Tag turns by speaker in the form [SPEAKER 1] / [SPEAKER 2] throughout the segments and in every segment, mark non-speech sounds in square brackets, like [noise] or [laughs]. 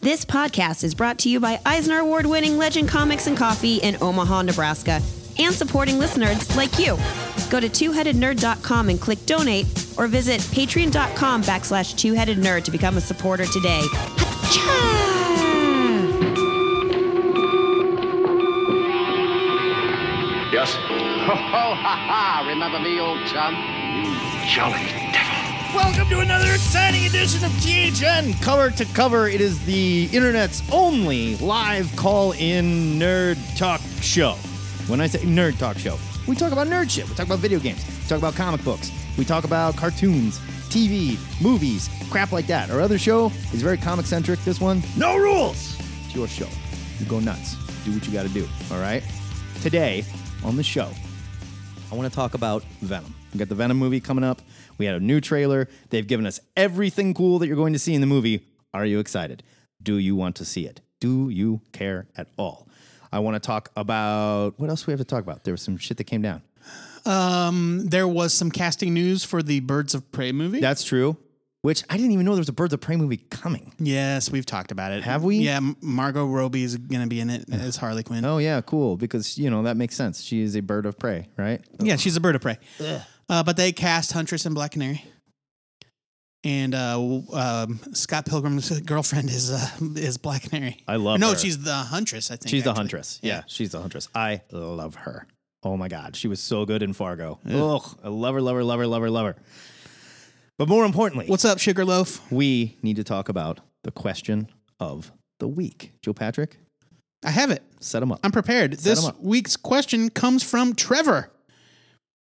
[SPEAKER 1] This podcast is brought to you by Eisner Award winning Legend Comics and Coffee in Omaha, Nebraska, and supporting listeners like you. Go to twoheadednerd.com and click donate, or visit patreon.com backslash twoheadednerd to become a supporter today. Achoo!
[SPEAKER 2] Yes.
[SPEAKER 3] Oh, ha, ha. Remember me, old chum?
[SPEAKER 2] Jolly devil.
[SPEAKER 4] Welcome to another exciting edition of THN Cover to Cover. It is the internet's only live call in nerd talk show. When I say nerd talk show, we talk about nerd shit. We talk about video games. We talk about comic books. We talk about cartoons, TV, movies, crap like that. Our other show is very comic centric. This one, no rules. It's your show. You go nuts. Do what you got to do. All right? Today on the show, I want to talk about Venom. We got the Venom movie coming up. We had a new trailer. They've given us everything cool that you're going to see in the movie. Are you excited? Do you want to see it? Do you care at all? I want to talk about what else do we have to talk about. There was some shit that came down.
[SPEAKER 5] Um, there was some casting news for the Birds of Prey movie.
[SPEAKER 4] That's true. Which I didn't even know there was a Birds of Prey movie coming.
[SPEAKER 5] yes, we've talked about it.
[SPEAKER 4] Have we?
[SPEAKER 5] Yeah, M- Margot Robbie is going to be in it as Harley Quinn.
[SPEAKER 4] Oh yeah, cool. Because you know that makes sense. She is a bird of prey, right?
[SPEAKER 5] Yeah, she's a bird of prey. Uh, but they cast Huntress and Black Canary. And uh, w- um, Scott Pilgrim's girlfriend is uh, is Black Canary.
[SPEAKER 4] I love
[SPEAKER 5] No,
[SPEAKER 4] her.
[SPEAKER 5] she's the Huntress. I think
[SPEAKER 4] She's the
[SPEAKER 5] actually.
[SPEAKER 4] huntress. Yeah. she's the huntress. I love her. Oh my god, she was so good in Fargo. Ugh, I love her, love her, love her, love her, love her. But more importantly,
[SPEAKER 5] What's up, Sugarloaf?
[SPEAKER 4] we need to talk about the question of the week. Joe Patrick,
[SPEAKER 5] I have it.
[SPEAKER 4] set him up.
[SPEAKER 5] I'm prepared. this
[SPEAKER 4] 'em up.
[SPEAKER 5] week's question comes from Trevor.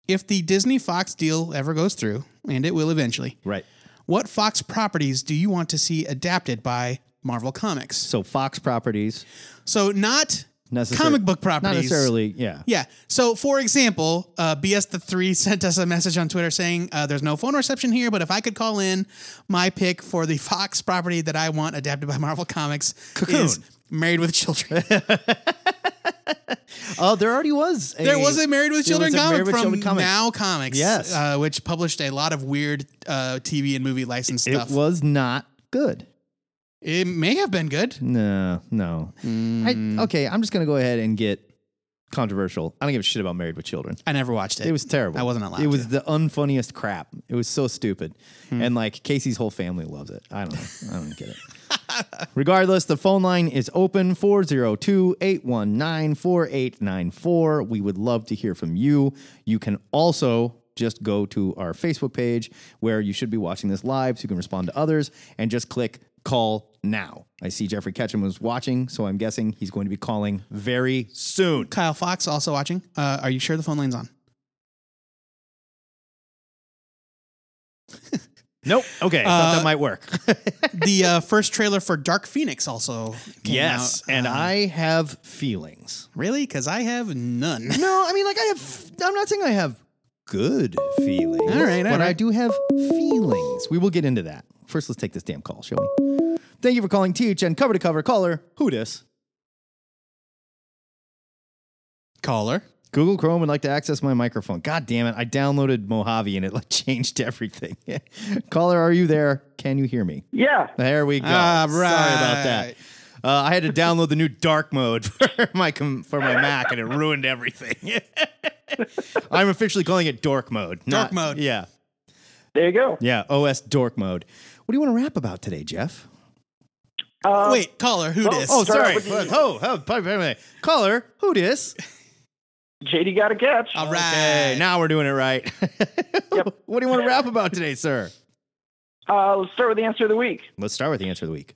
[SPEAKER 5] If the Disney Fox deal ever goes through, and it will eventually,
[SPEAKER 4] right.
[SPEAKER 5] What Fox properties do you want to see adapted by Marvel Comics?
[SPEAKER 4] So Fox properties,
[SPEAKER 5] So not
[SPEAKER 4] necessar-
[SPEAKER 5] comic book
[SPEAKER 4] not
[SPEAKER 5] properties.
[SPEAKER 4] necessarily.
[SPEAKER 5] [laughs]
[SPEAKER 4] Yeah.
[SPEAKER 5] Yeah. So for example, uh, BS the three [laughs] sent us a message on Twitter saying uh, there's no phone reception here, but if I could call in, my pick for the [laughs] Fox property that I want adapted by Marvel Comics is
[SPEAKER 4] Cocoon.
[SPEAKER 5] Married with
[SPEAKER 4] [laughs]
[SPEAKER 5] Children.
[SPEAKER 4] Oh, there already was.
[SPEAKER 5] there was a Married with
[SPEAKER 4] there was
[SPEAKER 5] Children
[SPEAKER 4] a
[SPEAKER 5] comic
[SPEAKER 4] Married with
[SPEAKER 5] from
[SPEAKER 4] Children comic.
[SPEAKER 5] Now Comics,
[SPEAKER 4] Yes.
[SPEAKER 5] uh, which published a lot of weird uh, TV and movie license
[SPEAKER 4] It
[SPEAKER 5] stuff.
[SPEAKER 4] was not good.
[SPEAKER 5] it may have been good. Mm.
[SPEAKER 4] No, no. I, okay, I'm just gonna go ahead and get controversial. I don't give a shit about Married with Children.
[SPEAKER 5] I never watched it.
[SPEAKER 4] It was terrible.
[SPEAKER 5] I wasn't allowed
[SPEAKER 4] It was
[SPEAKER 5] to.
[SPEAKER 4] the unfunniest crap. It was so stupid. And like Casey's whole family loves it. I don't know. I
[SPEAKER 5] [laughs]
[SPEAKER 4] don't get it. Regardless, the phone line is open 402 819 4894. We would love to hear from you. You can also just go to our Facebook page where you should be watching this live so you can respond to others and just click call now. I see Jeffrey Ketchum was watching, so I'm guessing he's going to be calling very soon.
[SPEAKER 5] Kyle Fox also watching. Uh, are you sure the phone line's on? [laughs]
[SPEAKER 4] Nope. Okay. thought
[SPEAKER 5] Uh,
[SPEAKER 4] that might work. [laughs]
[SPEAKER 5] The uh, first trailer for Dark Phoenix also came
[SPEAKER 4] Yes,
[SPEAKER 5] out.
[SPEAKER 4] and
[SPEAKER 5] Uh,
[SPEAKER 4] I have feelings.
[SPEAKER 5] really because I have none.
[SPEAKER 4] No, I mean like I have. I'm not saying I have good feelings.
[SPEAKER 5] All right, all
[SPEAKER 4] but I
[SPEAKER 5] right.
[SPEAKER 4] do have feelings. We will get into that. First, let's take this damn call, shall we? Thank you for calling THN cover to cover caller. Who dis?
[SPEAKER 5] Caller,
[SPEAKER 4] Google Chrome would like to access my microphone. God damn it! I downloaded Mojave and it like [laughs] changed everything. caller, are you there? Can you hear me?
[SPEAKER 6] Yeah.
[SPEAKER 4] There we go.
[SPEAKER 5] All
[SPEAKER 4] Sorry about that.
[SPEAKER 5] right.
[SPEAKER 4] Uh, I had to download the new dark mode [laughs] for my com- for my Mac, and it ruined everything. [laughs] I'm officially calling it dork mode.
[SPEAKER 5] Dork mode.
[SPEAKER 4] Yeah,
[SPEAKER 6] There you go.
[SPEAKER 4] yeah. OS dork mode. What do you want to rap about today, Jeff?
[SPEAKER 6] Uh,
[SPEAKER 5] wait, caller, who dis?
[SPEAKER 4] Um, Oh,
[SPEAKER 6] start
[SPEAKER 4] sorry.
[SPEAKER 6] with the-
[SPEAKER 4] Oh, oh, pardon me. caller, who dis?
[SPEAKER 6] JD got a catch.
[SPEAKER 5] all right.
[SPEAKER 4] Hey, now we're doing it right. [laughs]
[SPEAKER 6] Yep.
[SPEAKER 4] What do you want to rap about today, sir?
[SPEAKER 6] Uh, let's start with the answer of the week.
[SPEAKER 4] Let's start with the answer of the week.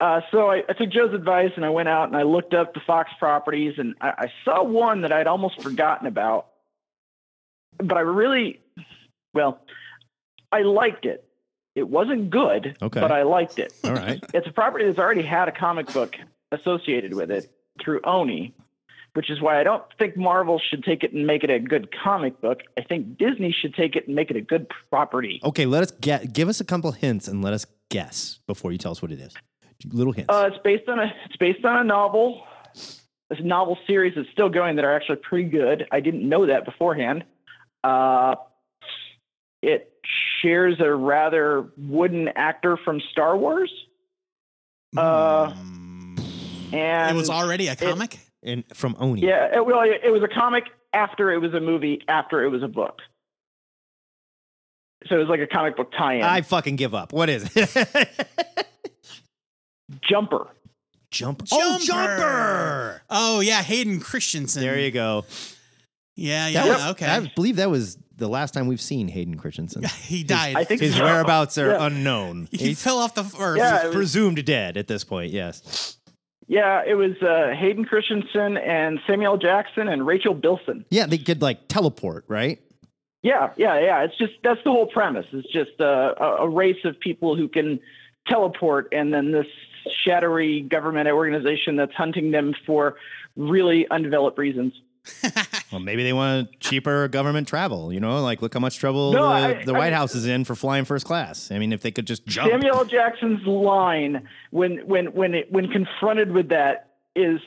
[SPEAKER 6] Uh, so I, I took Joe's advice and I went out and I looked up the Fox properties and I, I saw one that I'd almost forgotten about, but I really, well, I liked it. It wasn't good,
[SPEAKER 4] Okay.
[SPEAKER 6] but I liked it.
[SPEAKER 4] All right.
[SPEAKER 6] It's a property that's already had a comic book associated with it through Oni, which is why I don't think Marvel should take it and make it a good comic book. I think Disney should take it and make it a good property.
[SPEAKER 4] Okay, let us get give us a couple hints and let us guess before you tell us what it is. Little hints.
[SPEAKER 6] Uh, it's based on a it's based on a novel. This novel series that's still going that are actually pretty good. I didn't know that beforehand. Uh, it shares a rather wooden actor from Star Wars. Uh, and
[SPEAKER 5] Hmm. it was already a comic.
[SPEAKER 4] And from Oni.
[SPEAKER 6] yeah, it, well, it, it was a comic after it was a movie after it was a book. So it was like a comic book tie-in.
[SPEAKER 4] I fucking give up. What is it? [laughs]
[SPEAKER 6] Jumper.
[SPEAKER 4] Jump.
[SPEAKER 5] Jumper! oh yeah, Hayden Christensen.
[SPEAKER 4] There you go.
[SPEAKER 5] Yeah, yeah.
[SPEAKER 4] That was-
[SPEAKER 5] okay.
[SPEAKER 4] I believe that was the last time we've seen Hayden Christensen.
[SPEAKER 5] [laughs] he died.
[SPEAKER 6] I think
[SPEAKER 4] His
[SPEAKER 6] so.
[SPEAKER 4] whereabouts are
[SPEAKER 6] Yeah.
[SPEAKER 4] unknown.
[SPEAKER 5] he
[SPEAKER 4] He's
[SPEAKER 5] fell off the earth.
[SPEAKER 6] Yeah, it was-
[SPEAKER 4] presumed dead at this point, yes.
[SPEAKER 6] Yeah, it was uh, Hayden Christensen and Samuel Jackson and Rachel Bilson.
[SPEAKER 4] Yeah, they could like teleport, right?
[SPEAKER 6] Yeah, yeah, yeah. It's just that's the whole premise. It's just uh, a, a race of people who can teleport, and then this shadowy government organization that's hunting them for really undeveloped reasons.
[SPEAKER 4] Well, maybe they want cheaper government travel, you know? Like, look how much trouble
[SPEAKER 6] No,
[SPEAKER 4] the,
[SPEAKER 6] I-
[SPEAKER 4] the
[SPEAKER 6] I-
[SPEAKER 4] White House is in for flying first class. I mean, if they could just jump.
[SPEAKER 6] Samuel Jackson's line when when when it, when confronted with that is,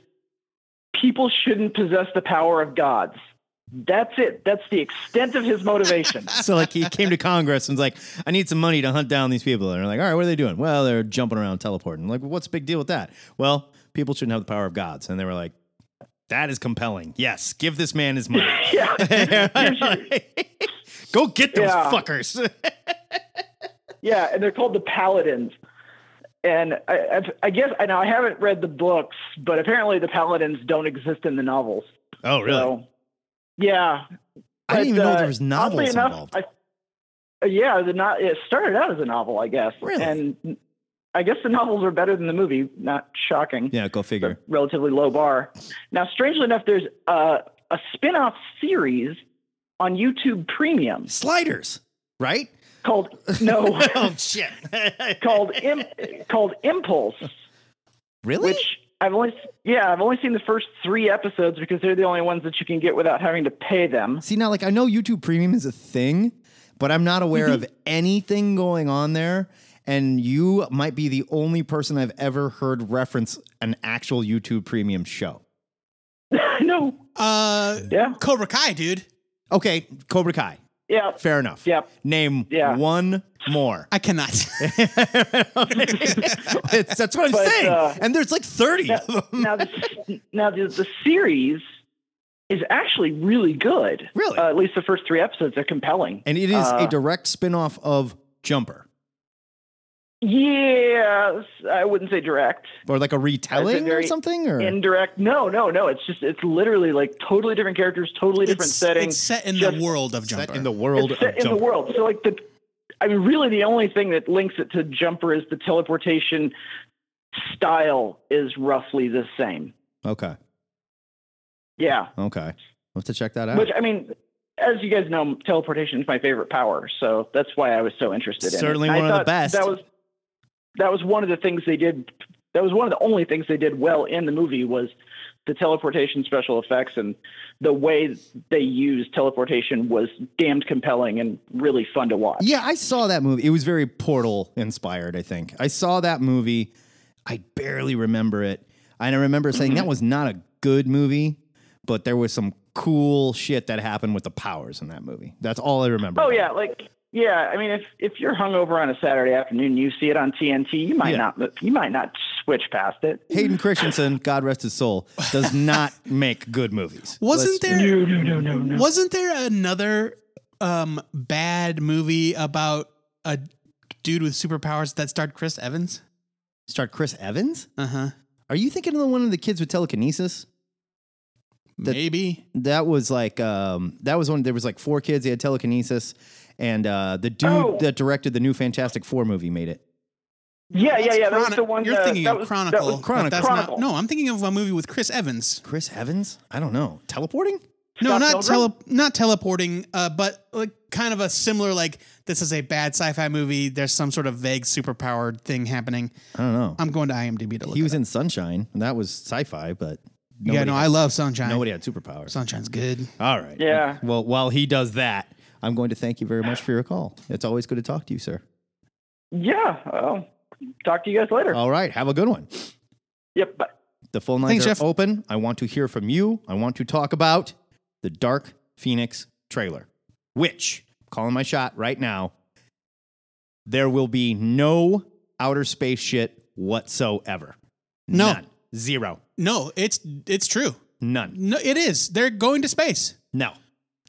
[SPEAKER 6] "People shouldn't possess the power of gods." That's it. That's the extent of his
[SPEAKER 4] [laughs]
[SPEAKER 6] motivation.
[SPEAKER 4] So, like, he came to Congress and was like, I need some money to hunt down these people. And they're like, all right, what are they doing? Well, they're jumping around, teleporting. like, what's the big deal with that? Well, people shouldn't have the power of gods. And they were like, that is compelling. Yes, give this man his money.
[SPEAKER 6] [laughs]
[SPEAKER 4] [laughs]
[SPEAKER 6] yeah. [laughs]
[SPEAKER 4] Go get those
[SPEAKER 6] Yeah.
[SPEAKER 4] fuckers. [laughs]
[SPEAKER 6] Yeah, and they're called the Paladins. And I, I, I guess I know I haven't read the books, but apparently the Paladins don't exist in the novels.
[SPEAKER 4] oh, really?
[SPEAKER 6] So, yeah,
[SPEAKER 4] I didn't
[SPEAKER 6] But,
[SPEAKER 4] even know
[SPEAKER 6] uh,
[SPEAKER 4] there was
[SPEAKER 6] oddly
[SPEAKER 4] novels
[SPEAKER 6] enough,
[SPEAKER 4] involved.
[SPEAKER 6] I, uh, yeah, the no, it started out as a novel, I guess.
[SPEAKER 4] Really?
[SPEAKER 6] And I guess the novels are better than the movie. Not shocking.
[SPEAKER 4] yeah, go figure.
[SPEAKER 6] Relatively low bar. Now, strangely enough, there's a, a spin-off series on YouTube Premium
[SPEAKER 4] Sliders, right?
[SPEAKER 6] called No
[SPEAKER 4] [laughs] Oh shit!
[SPEAKER 6] [laughs] called Im, called Impulse.
[SPEAKER 4] really?
[SPEAKER 6] which I've only yeah I've only seen the first three episodes because they're the only ones that you can get without having to pay them.
[SPEAKER 4] See now, like I know YouTube Premium is a thing, but I'm not aware
[SPEAKER 6] Mm-hmm.
[SPEAKER 4] of anything going on there. And you might be the only person I've ever heard reference an actual YouTube Premium show.
[SPEAKER 6] [laughs] no,
[SPEAKER 5] Uh,
[SPEAKER 6] yeah,
[SPEAKER 5] Cobra Kai, dude.
[SPEAKER 4] Okay, Cobra Kai.
[SPEAKER 6] yeah,
[SPEAKER 4] Fair enough.
[SPEAKER 6] Yep.
[SPEAKER 4] Name
[SPEAKER 6] Yeah.
[SPEAKER 4] one more.
[SPEAKER 5] I
[SPEAKER 4] [laughs]
[SPEAKER 5] cannot. [laughs]
[SPEAKER 4] It's- that's what I'm
[SPEAKER 6] But,
[SPEAKER 4] saying.
[SPEAKER 6] uh,
[SPEAKER 4] and there's like 30
[SPEAKER 6] [laughs] Now,
[SPEAKER 4] of them.
[SPEAKER 6] now, the, now the, the series is actually really good.
[SPEAKER 4] Really?
[SPEAKER 6] uh, at least the first three episodes are compelling.
[SPEAKER 4] And it is
[SPEAKER 6] Uh,
[SPEAKER 4] a direct spin-off of Jumper.
[SPEAKER 6] yes, I wouldn't say direct,
[SPEAKER 4] Or like a retelling or
[SPEAKER 6] very
[SPEAKER 4] something? Or
[SPEAKER 6] indirect. No, no, no. It's just it's literally like totally different characters, totally different
[SPEAKER 5] it's,
[SPEAKER 6] settings.
[SPEAKER 5] it's set in
[SPEAKER 6] just-
[SPEAKER 5] the world of Jumper.
[SPEAKER 4] Set in the world
[SPEAKER 6] It's set
[SPEAKER 4] of
[SPEAKER 6] in
[SPEAKER 4] Jumper.
[SPEAKER 6] the world. So like the, I mean, really the only thing that links it to Jumper is the teleportation style is roughly the same.
[SPEAKER 4] Okay.
[SPEAKER 6] Yeah,
[SPEAKER 4] Okay. I'll have to check that out.
[SPEAKER 6] which I mean, as you guys know, teleportation is my favorite power, so that's why I was so interested in it.
[SPEAKER 4] Certainly
[SPEAKER 6] And I
[SPEAKER 4] one of the
[SPEAKER 6] thought
[SPEAKER 4] best.
[SPEAKER 6] That was that was one of the things they did. That was one of the only things they did well in the movie was the teleportation special effects and the way they used teleportation was damned compelling and really fun to watch.
[SPEAKER 4] yeah, I saw that movie. It was very Portal inspired, I think. I saw that movie. I barely remember it. And I remember saying
[SPEAKER 6] Mm-hmm.
[SPEAKER 4] that was not a good movie, but there was some cool shit that happened with the powers in that movie. That's all I remember.
[SPEAKER 6] Oh
[SPEAKER 4] about
[SPEAKER 6] yeah,
[SPEAKER 4] it.
[SPEAKER 6] like yeah. I mean, if if you're hungover on a Saturday afternoon, you see it on TNT. You might
[SPEAKER 4] Yeah.
[SPEAKER 6] not. You might not switch past it.
[SPEAKER 4] Hayden Christensen, God rest his soul, does not make good movies.
[SPEAKER 5] wasn't
[SPEAKER 4] Let's-
[SPEAKER 5] there?
[SPEAKER 6] no, no, no, no.
[SPEAKER 5] Wasn't there another um bad movie about a dude with superpowers that starred Chris Evans?
[SPEAKER 4] start Chris Evans?
[SPEAKER 5] Uh huh.
[SPEAKER 4] Are you thinking of the one of the kids with telekinesis? That-
[SPEAKER 5] Maybe.
[SPEAKER 4] That was like um that was one there was like four kids, they had telekinesis, and uh the dude
[SPEAKER 6] Oh.
[SPEAKER 4] that directed the new Fantastic Four movie made it.
[SPEAKER 6] Yeah, yeah,
[SPEAKER 5] That's
[SPEAKER 6] yeah. That was
[SPEAKER 5] Chroni-
[SPEAKER 6] the one.
[SPEAKER 5] You're
[SPEAKER 6] that,
[SPEAKER 5] thinking
[SPEAKER 6] that
[SPEAKER 5] of
[SPEAKER 6] was,
[SPEAKER 5] Chronicle.
[SPEAKER 6] That was
[SPEAKER 5] but
[SPEAKER 4] Chronicle.
[SPEAKER 5] That's
[SPEAKER 6] Chronicle.
[SPEAKER 5] Not, no, I'm thinking of a movie with Chris Evans.
[SPEAKER 4] Chris Evans? I don't know. Teleporting?
[SPEAKER 5] No,
[SPEAKER 6] Scott
[SPEAKER 5] not
[SPEAKER 6] Pilgrim?
[SPEAKER 5] tele- not teleporting, uh, but like kind of a similar like this is a bad sci-fi movie. There's some sort of vague superpowered thing happening.
[SPEAKER 4] I don't know.
[SPEAKER 5] I'm going to IMDb to look.
[SPEAKER 4] he was
[SPEAKER 5] it
[SPEAKER 4] in Sunshine, and that was sci-fi, but
[SPEAKER 5] up.
[SPEAKER 4] nobody,
[SPEAKER 5] yeah, no, I love Sunshine.
[SPEAKER 4] nobody had superpowers.
[SPEAKER 5] Sunshine's good.
[SPEAKER 4] All right.
[SPEAKER 6] Yeah.
[SPEAKER 4] Well, while he does that, I'm going to thank you very much for your call. It's always good to talk to you, sir.
[SPEAKER 6] Yeah. I'll talk to you guys later.
[SPEAKER 4] All right. Have a good one.
[SPEAKER 6] Yep. Bye.
[SPEAKER 4] The phone lines
[SPEAKER 5] Thanks,
[SPEAKER 4] are
[SPEAKER 5] Jeff.
[SPEAKER 4] open. I want to hear from you. I want to talk about the Dark Phoenix trailer, which, calling my shot right now, there will be no outer space shit whatsoever.
[SPEAKER 5] No.
[SPEAKER 4] None. Zero.
[SPEAKER 5] No, it's it's true.
[SPEAKER 4] None.
[SPEAKER 5] No, it is. They're going to space.
[SPEAKER 4] No.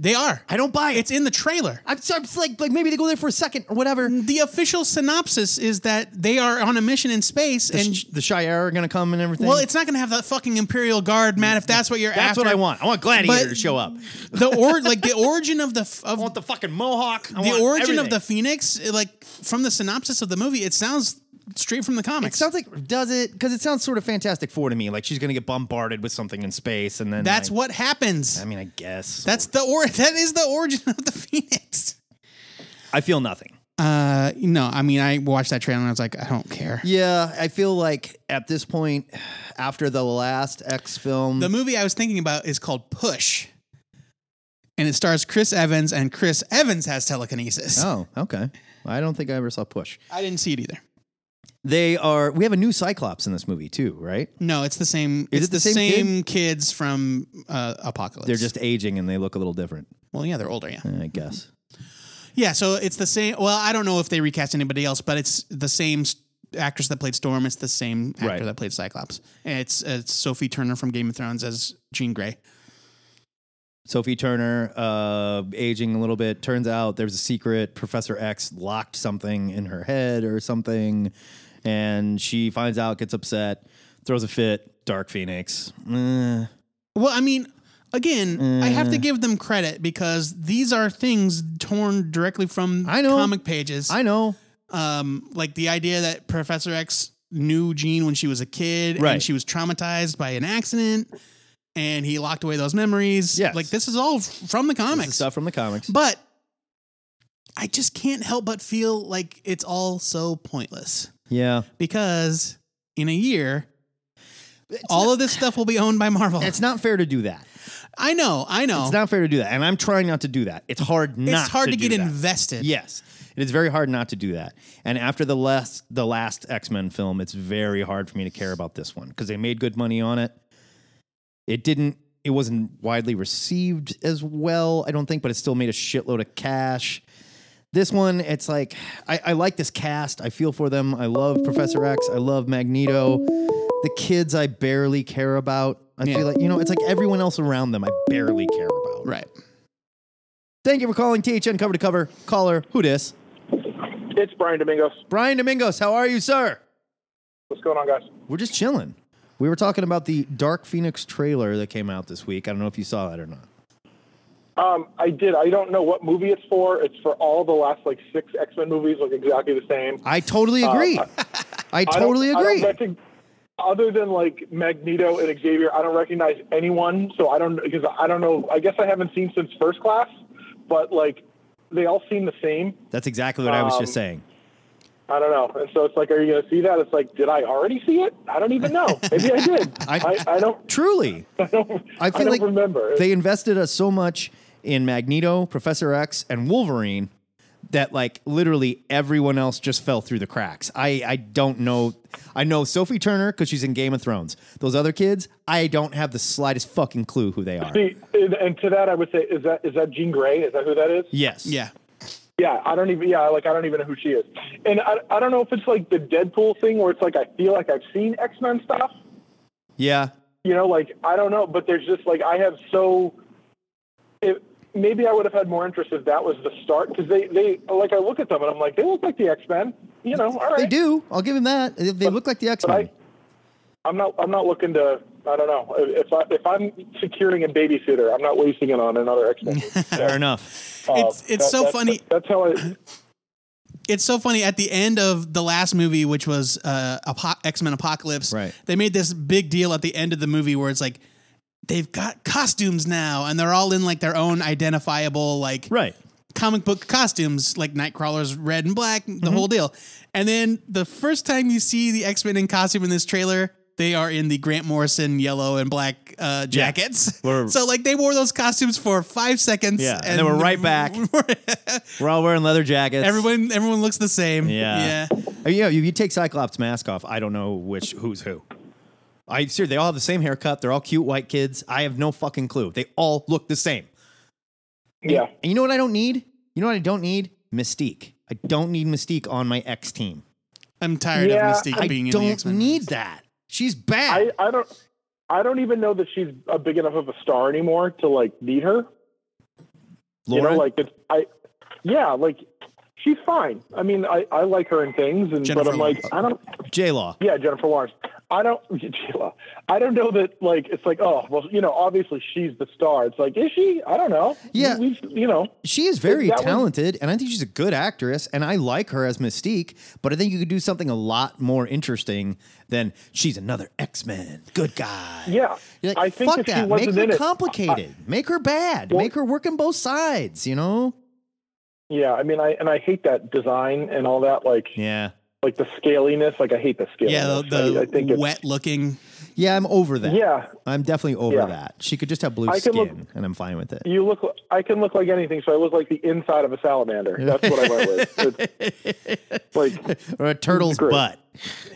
[SPEAKER 5] They are.
[SPEAKER 4] I don't buy it.
[SPEAKER 5] It's in the trailer.
[SPEAKER 4] I'm, sorry, it's like like maybe they go there for a second or whatever.
[SPEAKER 5] The official synopsis is that they are on a mission in space,
[SPEAKER 4] and
[SPEAKER 5] and
[SPEAKER 4] the Shire are gonna come and everything.
[SPEAKER 5] well, it's not going to have that fucking Imperial Guard, Matt. If that's what you're
[SPEAKER 4] that's
[SPEAKER 5] after,
[SPEAKER 4] what I want. I want Gladiator
[SPEAKER 5] But-
[SPEAKER 4] to show up.
[SPEAKER 5] The or like the origin of the f- of
[SPEAKER 4] I want the fucking Mohawk. I
[SPEAKER 5] the
[SPEAKER 4] want
[SPEAKER 5] origin of
[SPEAKER 4] everything.
[SPEAKER 5] the Phoenix, uh, like from the synopsis of the movie, it sounds straight from the
[SPEAKER 4] It
[SPEAKER 5] comics.
[SPEAKER 4] sounds like does it because it sounds sort of Fantastic Four to me. Like she's gonna get bombarded with something in space, and then
[SPEAKER 5] That's
[SPEAKER 4] like-
[SPEAKER 5] what happens.
[SPEAKER 4] I mean. I guess
[SPEAKER 5] That's the or [laughs] that is the origin of the Phoenix.
[SPEAKER 4] I feel nothing.
[SPEAKER 5] Uh, no, I mean I watched that trailer and I was like, I don't care.
[SPEAKER 4] Yeah, I feel like at this point, [sighs] after the last X film,
[SPEAKER 5] The movie I was thinking about is called Push, and it stars Chris Evans, and Chris Evans has telekinesis.
[SPEAKER 4] oh okay, I don't think I ever saw Push.
[SPEAKER 5] I didn't see it either.
[SPEAKER 4] They are. We have a new Cyclops in this movie too, right?
[SPEAKER 5] No, it's the same.
[SPEAKER 4] Is
[SPEAKER 5] it's
[SPEAKER 4] it the same kid?
[SPEAKER 5] kids from uh, Apocalypse?
[SPEAKER 4] They're just aging and they look a little different.
[SPEAKER 5] well, yeah, they're older. Yeah,
[SPEAKER 4] I guess.
[SPEAKER 5] yeah. So it's the same. Well, I don't know if they recast anybody else, but it's the same s- actress that played Storm. It's the same actor
[SPEAKER 4] Right.
[SPEAKER 5] that played Cyclops. And It's it's Sophie Turner from Game of Thrones as Jean Grey.
[SPEAKER 4] Sophie Turner, uh, aging a little bit. Turns out there's a secret. Professor X locked something in her head or something, and she finds out, gets upset, throws a fit. Dark Phoenix. Eh.
[SPEAKER 5] Well, I mean, again, I have
[SPEAKER 4] Mm.
[SPEAKER 5] to give them credit because these are things torn directly from
[SPEAKER 4] I know.
[SPEAKER 5] comic pages.
[SPEAKER 4] I know.
[SPEAKER 5] um, like the idea that Professor X knew Jean when she was a kid,
[SPEAKER 4] Right.
[SPEAKER 5] and she was traumatized by an accident, and he locked away those memories.
[SPEAKER 4] Yes.
[SPEAKER 5] like this is all f- from the
[SPEAKER 4] This
[SPEAKER 5] comics.
[SPEAKER 4] is stuff from the comics.
[SPEAKER 5] But I just can't help but feel like it's all so pointless
[SPEAKER 4] yeah.
[SPEAKER 5] because in a year. all of this stuff will be owned by Marvel.
[SPEAKER 4] It's not fair to do that.
[SPEAKER 5] I know, I know.
[SPEAKER 4] It's not fair to do that. And I'm trying not to do that. It's hard not
[SPEAKER 5] it's hard to,
[SPEAKER 4] do
[SPEAKER 5] get
[SPEAKER 4] that.
[SPEAKER 5] invested.
[SPEAKER 4] Yes. It is very hard not to do that. And after the last the last X-Men film, it's very hard for me to care about this one because they made good money on it. It didn't it wasn't widely received as well, I don't think, but it still made a shitload of cash. This one, it's like I, I like this cast. I feel for them. I love Professor X. I love Magneto. The kids I barely care about. I
[SPEAKER 5] Yeah.
[SPEAKER 4] feel like you know, it's like everyone else around them I barely care about.
[SPEAKER 5] Right.
[SPEAKER 4] Thank you for calling THN cover to cover. Caller, who dis?
[SPEAKER 7] It's Brian Domingos.
[SPEAKER 4] Brian Domingos, how are you, sir?
[SPEAKER 7] What's going on, guys?
[SPEAKER 4] We're just chilling. We were talking about the Dark Phoenix trailer that came out this week. I don't know if you saw that or not.
[SPEAKER 7] Um, I did. I don't know what movie it's for. It's for all the last like six X Men movies, look exactly the same.
[SPEAKER 4] I totally agree. I totally
[SPEAKER 7] I Uh, don't- I
[SPEAKER 4] agree.
[SPEAKER 7] don't recog- other than like Magneto and Xavier, I don't recognize anyone. So I don't because I don't know. I guess I haven't seen since First Class, but like they all seem the same.
[SPEAKER 4] That's exactly what I was just
[SPEAKER 7] Um,
[SPEAKER 4] saying.
[SPEAKER 7] I don't know. And so it's like, are you going to see that? It's like, did I already see it? I don't even know. Maybe I did.
[SPEAKER 4] [laughs] I-
[SPEAKER 7] I, I, don't. [laughs]
[SPEAKER 4] Truly.
[SPEAKER 7] I don't.
[SPEAKER 4] I
[SPEAKER 7] I
[SPEAKER 4] feel
[SPEAKER 7] don't
[SPEAKER 4] like
[SPEAKER 7] remember.
[SPEAKER 4] they invested us so much in Magneto, Professor X, and Wolverine that like literally everyone else just fell through the cracks. I I don't know. I know Sophie Turner because she's in Game of Thrones. Those other kids, I don't have the slightest fucking clue who they are.
[SPEAKER 7] See, and, and to that, I would say, is that is that Jean Grey? Is that who that is?
[SPEAKER 4] Yes.
[SPEAKER 5] Yeah.
[SPEAKER 7] Yeah, I don't even. Yeah, like I don't even know who she is, and I, I don't know if it's like the Deadpool thing where it's like I feel like I've seen X Men stuff.
[SPEAKER 4] Yeah.
[SPEAKER 7] You know, like I don't know, but there's just like I have so. It, maybe I would have had more interest if that was the start because they they like I look at them and I'm like they look like the X Men. You know, all right.
[SPEAKER 4] They do. I'll give him that. They they look like the X
[SPEAKER 7] But
[SPEAKER 4] Men.
[SPEAKER 7] I, I'm not. I'm not looking to. I don't know. If I if I'm securing a babysitter, I'm not wasting it on another Uh,
[SPEAKER 5] [laughs]
[SPEAKER 7] X Men.
[SPEAKER 4] Fair enough.
[SPEAKER 5] It's it's so funny.
[SPEAKER 7] That's how I.
[SPEAKER 5] It's so funny at the end of the last movie, which was uh, Apo- X Men Apocalypse.
[SPEAKER 4] Right.
[SPEAKER 5] They made this big deal at the end of the movie where it's like they've got costumes now, and they're all in like their own identifiable like
[SPEAKER 4] Right.
[SPEAKER 5] comic book costumes, like Nightcrawler's red and black, the
[SPEAKER 4] Mm-hmm.
[SPEAKER 5] whole deal. And then the first time you see the X Men in costume in this trailer. They are in the Grant Morrison yellow and black uh, jackets.
[SPEAKER 4] [laughs] We're-
[SPEAKER 5] so, like, they wore those costumes for five seconds.
[SPEAKER 4] Yeah, and they were right back. We're all wearing leather jackets.
[SPEAKER 5] Everyone, everyone looks the same.
[SPEAKER 4] Yeah.
[SPEAKER 5] yeah.
[SPEAKER 4] Uh, You know, if you take Cyclops mask off, I don't know which who's who. I sure they all have the same haircut. They're all cute white kids. I have no fucking clue. They all look the same.
[SPEAKER 7] Yeah.
[SPEAKER 4] And you know what I don't need? You know what I don't need? Mystique. I don't need Mystique on my X team.
[SPEAKER 5] I'm tired
[SPEAKER 7] Yeah,
[SPEAKER 5] of Mystique
[SPEAKER 4] I
[SPEAKER 5] being in the
[SPEAKER 4] don't
[SPEAKER 5] X-Men.
[SPEAKER 4] need that. She's bad.
[SPEAKER 7] I, I don't I don't even know that she's a big enough of a star anymore to like need her.
[SPEAKER 4] Laura,
[SPEAKER 7] You know, like it's, I yeah, like she's fine. I mean, I, I like her in things, and
[SPEAKER 5] Jennifer
[SPEAKER 7] but I'm like I don't.
[SPEAKER 4] J Law.
[SPEAKER 7] Yeah, Jennifer Lawrence. I don't. [laughs] Sheila. I don't know that. Like it's like oh well, you know, obviously she's the star. It's like is she? I don't know.
[SPEAKER 4] Yeah.
[SPEAKER 7] we, we've- you know.
[SPEAKER 4] She is very
[SPEAKER 7] That was-
[SPEAKER 4] talented, and I think she's a good actress, and I like her as Mystique, but I think you could do something a lot more interesting than she's another X Men good guy.
[SPEAKER 7] Yeah,
[SPEAKER 4] You're like,
[SPEAKER 7] I think
[SPEAKER 4] fuck
[SPEAKER 7] if she
[SPEAKER 4] that.
[SPEAKER 7] wasn't
[SPEAKER 4] Make her
[SPEAKER 7] in it,
[SPEAKER 4] complicated. Make her bad.
[SPEAKER 7] Well-
[SPEAKER 4] Make her work on both sides, you know?
[SPEAKER 7] yeah, I mean, I and I hate that design and all that. Like
[SPEAKER 4] Yeah.
[SPEAKER 7] like the scaliness. Like I hate the scaliness.
[SPEAKER 5] Yeah, the,
[SPEAKER 7] I, I
[SPEAKER 5] the
[SPEAKER 7] think it's-
[SPEAKER 5] wet looking.
[SPEAKER 4] Yeah, I'm over that.
[SPEAKER 7] Yeah,
[SPEAKER 4] I'm definitely over
[SPEAKER 7] Yeah.
[SPEAKER 4] that. She could just have blue
[SPEAKER 7] I
[SPEAKER 4] skin,
[SPEAKER 7] can look-
[SPEAKER 4] and I'm fine with it.
[SPEAKER 7] you look. li- I can look like anything, so I look like the inside of a salamander. That's what I went
[SPEAKER 4] [laughs]
[SPEAKER 7] with. It's, like
[SPEAKER 4] or a turtle's
[SPEAKER 7] Great.
[SPEAKER 4] butt. [laughs]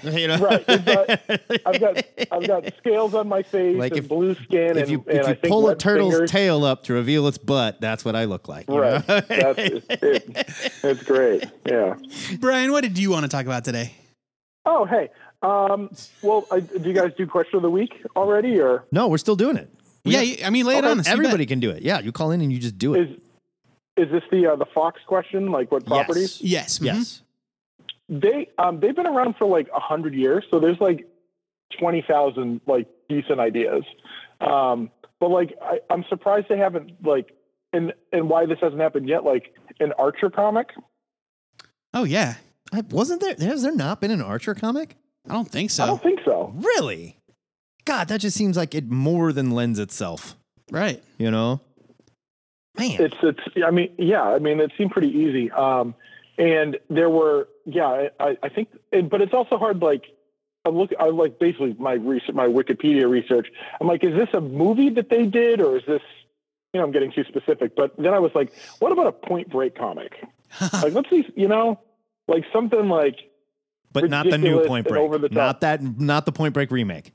[SPEAKER 4] You know?
[SPEAKER 7] right, it's got-
[SPEAKER 4] [laughs]
[SPEAKER 7] I've got I've got scales on my face
[SPEAKER 4] Like
[SPEAKER 7] and
[SPEAKER 4] if-
[SPEAKER 7] blue skin.
[SPEAKER 4] If
[SPEAKER 7] and,
[SPEAKER 4] you,
[SPEAKER 7] and
[SPEAKER 4] if
[SPEAKER 7] I
[SPEAKER 4] you
[SPEAKER 7] think
[SPEAKER 4] pull a
[SPEAKER 7] wet
[SPEAKER 4] turtle's
[SPEAKER 7] fingers.
[SPEAKER 4] tail up to reveal its butt, that's what I look like. you
[SPEAKER 7] Right.
[SPEAKER 4] know?
[SPEAKER 7] That's it, it's great. Yeah.
[SPEAKER 5] [laughs] Brian, what did you want to talk about today?
[SPEAKER 7] Oh, hey. Um, well, I, do you guys do question of the week already, or
[SPEAKER 4] No, we're still doing it.
[SPEAKER 5] yeah, I mean, lay it on us. You
[SPEAKER 4] Everybody can do it. Yeah, you call in and you just do
[SPEAKER 7] is
[SPEAKER 4] it.
[SPEAKER 7] is this the uh, the Fox question? Like, what properties?
[SPEAKER 5] bet. Yes. Mm-hmm. mhm.
[SPEAKER 4] Yes.
[SPEAKER 7] They um, they've been around for like hundred years, so there's like twenty thousand like decent ideas. Um, but like, I, I'm surprised they haven't like, and and why this hasn't happened yet? Like an Archer comic.
[SPEAKER 5] Oh yeah.
[SPEAKER 4] I, wasn't there? Has there not been an Archer comic?
[SPEAKER 5] I don't think
[SPEAKER 7] I
[SPEAKER 5] so.
[SPEAKER 7] don't think so.
[SPEAKER 4] Really? God, that just seems like it more than lends itself.
[SPEAKER 5] Right.
[SPEAKER 4] You know? Man.
[SPEAKER 7] it's it's i mean yeah i mean it seemed pretty easy um and there were yeah i i think and, but it's also hard like i'm looking i like basically my research my wikipedia research i'm like is this a movie that they did or is this you know i'm getting too specific but then i was like what about a point
[SPEAKER 4] [laughs]
[SPEAKER 7] break comic like let's see you know like something like
[SPEAKER 4] but not the new
[SPEAKER 7] ridiculous
[SPEAKER 4] Point
[SPEAKER 7] and
[SPEAKER 4] Break.
[SPEAKER 7] over the top.
[SPEAKER 4] Not that. Not the Point Break remake.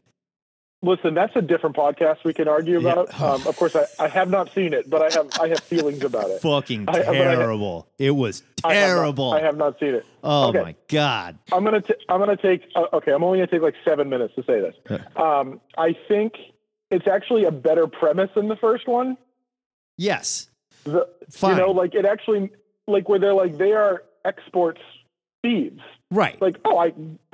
[SPEAKER 7] listen that's a different podcast we can argue
[SPEAKER 4] Yeah. Oh.
[SPEAKER 7] about um, of course I, I have not seen it but i have i have feelings about
[SPEAKER 4] [laughs]
[SPEAKER 7] it
[SPEAKER 4] Fucking
[SPEAKER 7] I- but I-
[SPEAKER 4] terrible. it was
[SPEAKER 7] I have not-
[SPEAKER 4] terrible.
[SPEAKER 7] I have not seen it
[SPEAKER 4] oh
[SPEAKER 7] okay.
[SPEAKER 4] my god.
[SPEAKER 7] I'm gonna t- I'm gonna take uh, okay. I'm only gonna take like seven minutes to say this. Um, I think it's actually a better premise than the first one.
[SPEAKER 4] Yes.
[SPEAKER 7] The,
[SPEAKER 4] Fine.
[SPEAKER 7] You know, like it actually like where they're like they are exports thieves.
[SPEAKER 4] right.
[SPEAKER 7] Like oh I,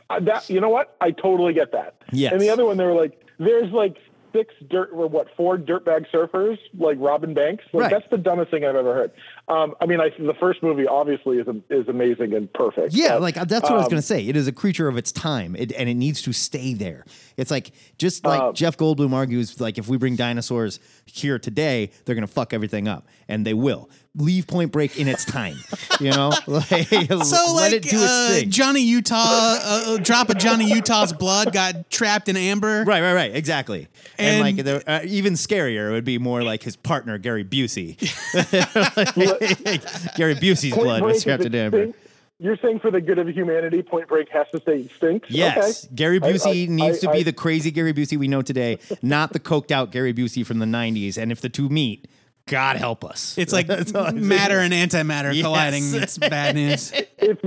[SPEAKER 7] I that you know what I totally get that.
[SPEAKER 4] Yes.
[SPEAKER 7] And the other one they were like there's like six dirt or what four dirtbag surfers like Robin Banks. Like
[SPEAKER 4] Right.
[SPEAKER 7] that's the dumbest thing I've ever heard. Um, I mean I the first movie obviously is is amazing and perfect.
[SPEAKER 4] Yeah,
[SPEAKER 7] but- um,
[SPEAKER 4] like uh, that's what I was gonna say. It is a creature of its time, it, and it needs to stay there. It's like just like
[SPEAKER 7] Um,
[SPEAKER 4] Jeff Goldblum argues, like if we bring dinosaurs here today, they're gonna fuck everything up, and they will. Leave Point Break in its time, you know. [laughs]
[SPEAKER 7] [laughs]
[SPEAKER 4] Like,
[SPEAKER 5] [laughs] So
[SPEAKER 4] let
[SPEAKER 5] like
[SPEAKER 4] it do its
[SPEAKER 5] uh,
[SPEAKER 4] thing.
[SPEAKER 5] Johnny Utah, uh, a drop of Johnny Utah's blood [laughs] got trapped in amber.
[SPEAKER 4] Right, right, right. Exactly. And,
[SPEAKER 5] And-
[SPEAKER 4] like, the, uh, even scarier would be more like his partner Gary Busey. [laughs] Gary Busey's
[SPEAKER 7] Point
[SPEAKER 4] blood
[SPEAKER 7] Break
[SPEAKER 4] was
[SPEAKER 7] is
[SPEAKER 4] trapped in amber.
[SPEAKER 7] extinct? You're saying for the good of humanity, Point Break has to stay extinct.
[SPEAKER 4] Yes,
[SPEAKER 7] Okay.
[SPEAKER 4] Gary
[SPEAKER 7] I-
[SPEAKER 4] Busey
[SPEAKER 7] I-
[SPEAKER 4] needs to
[SPEAKER 7] I-
[SPEAKER 4] be
[SPEAKER 7] I-
[SPEAKER 4] the crazy Gary Busey we know today, not the coked out Gary Busey from the '90s. And if the two meet, God help us.
[SPEAKER 5] It's
[SPEAKER 4] [laughs]
[SPEAKER 5] like matter and antimatter
[SPEAKER 4] Yes.
[SPEAKER 5] colliding.
[SPEAKER 4] [laughs]
[SPEAKER 5] It's bad news.
[SPEAKER 7] [laughs] If,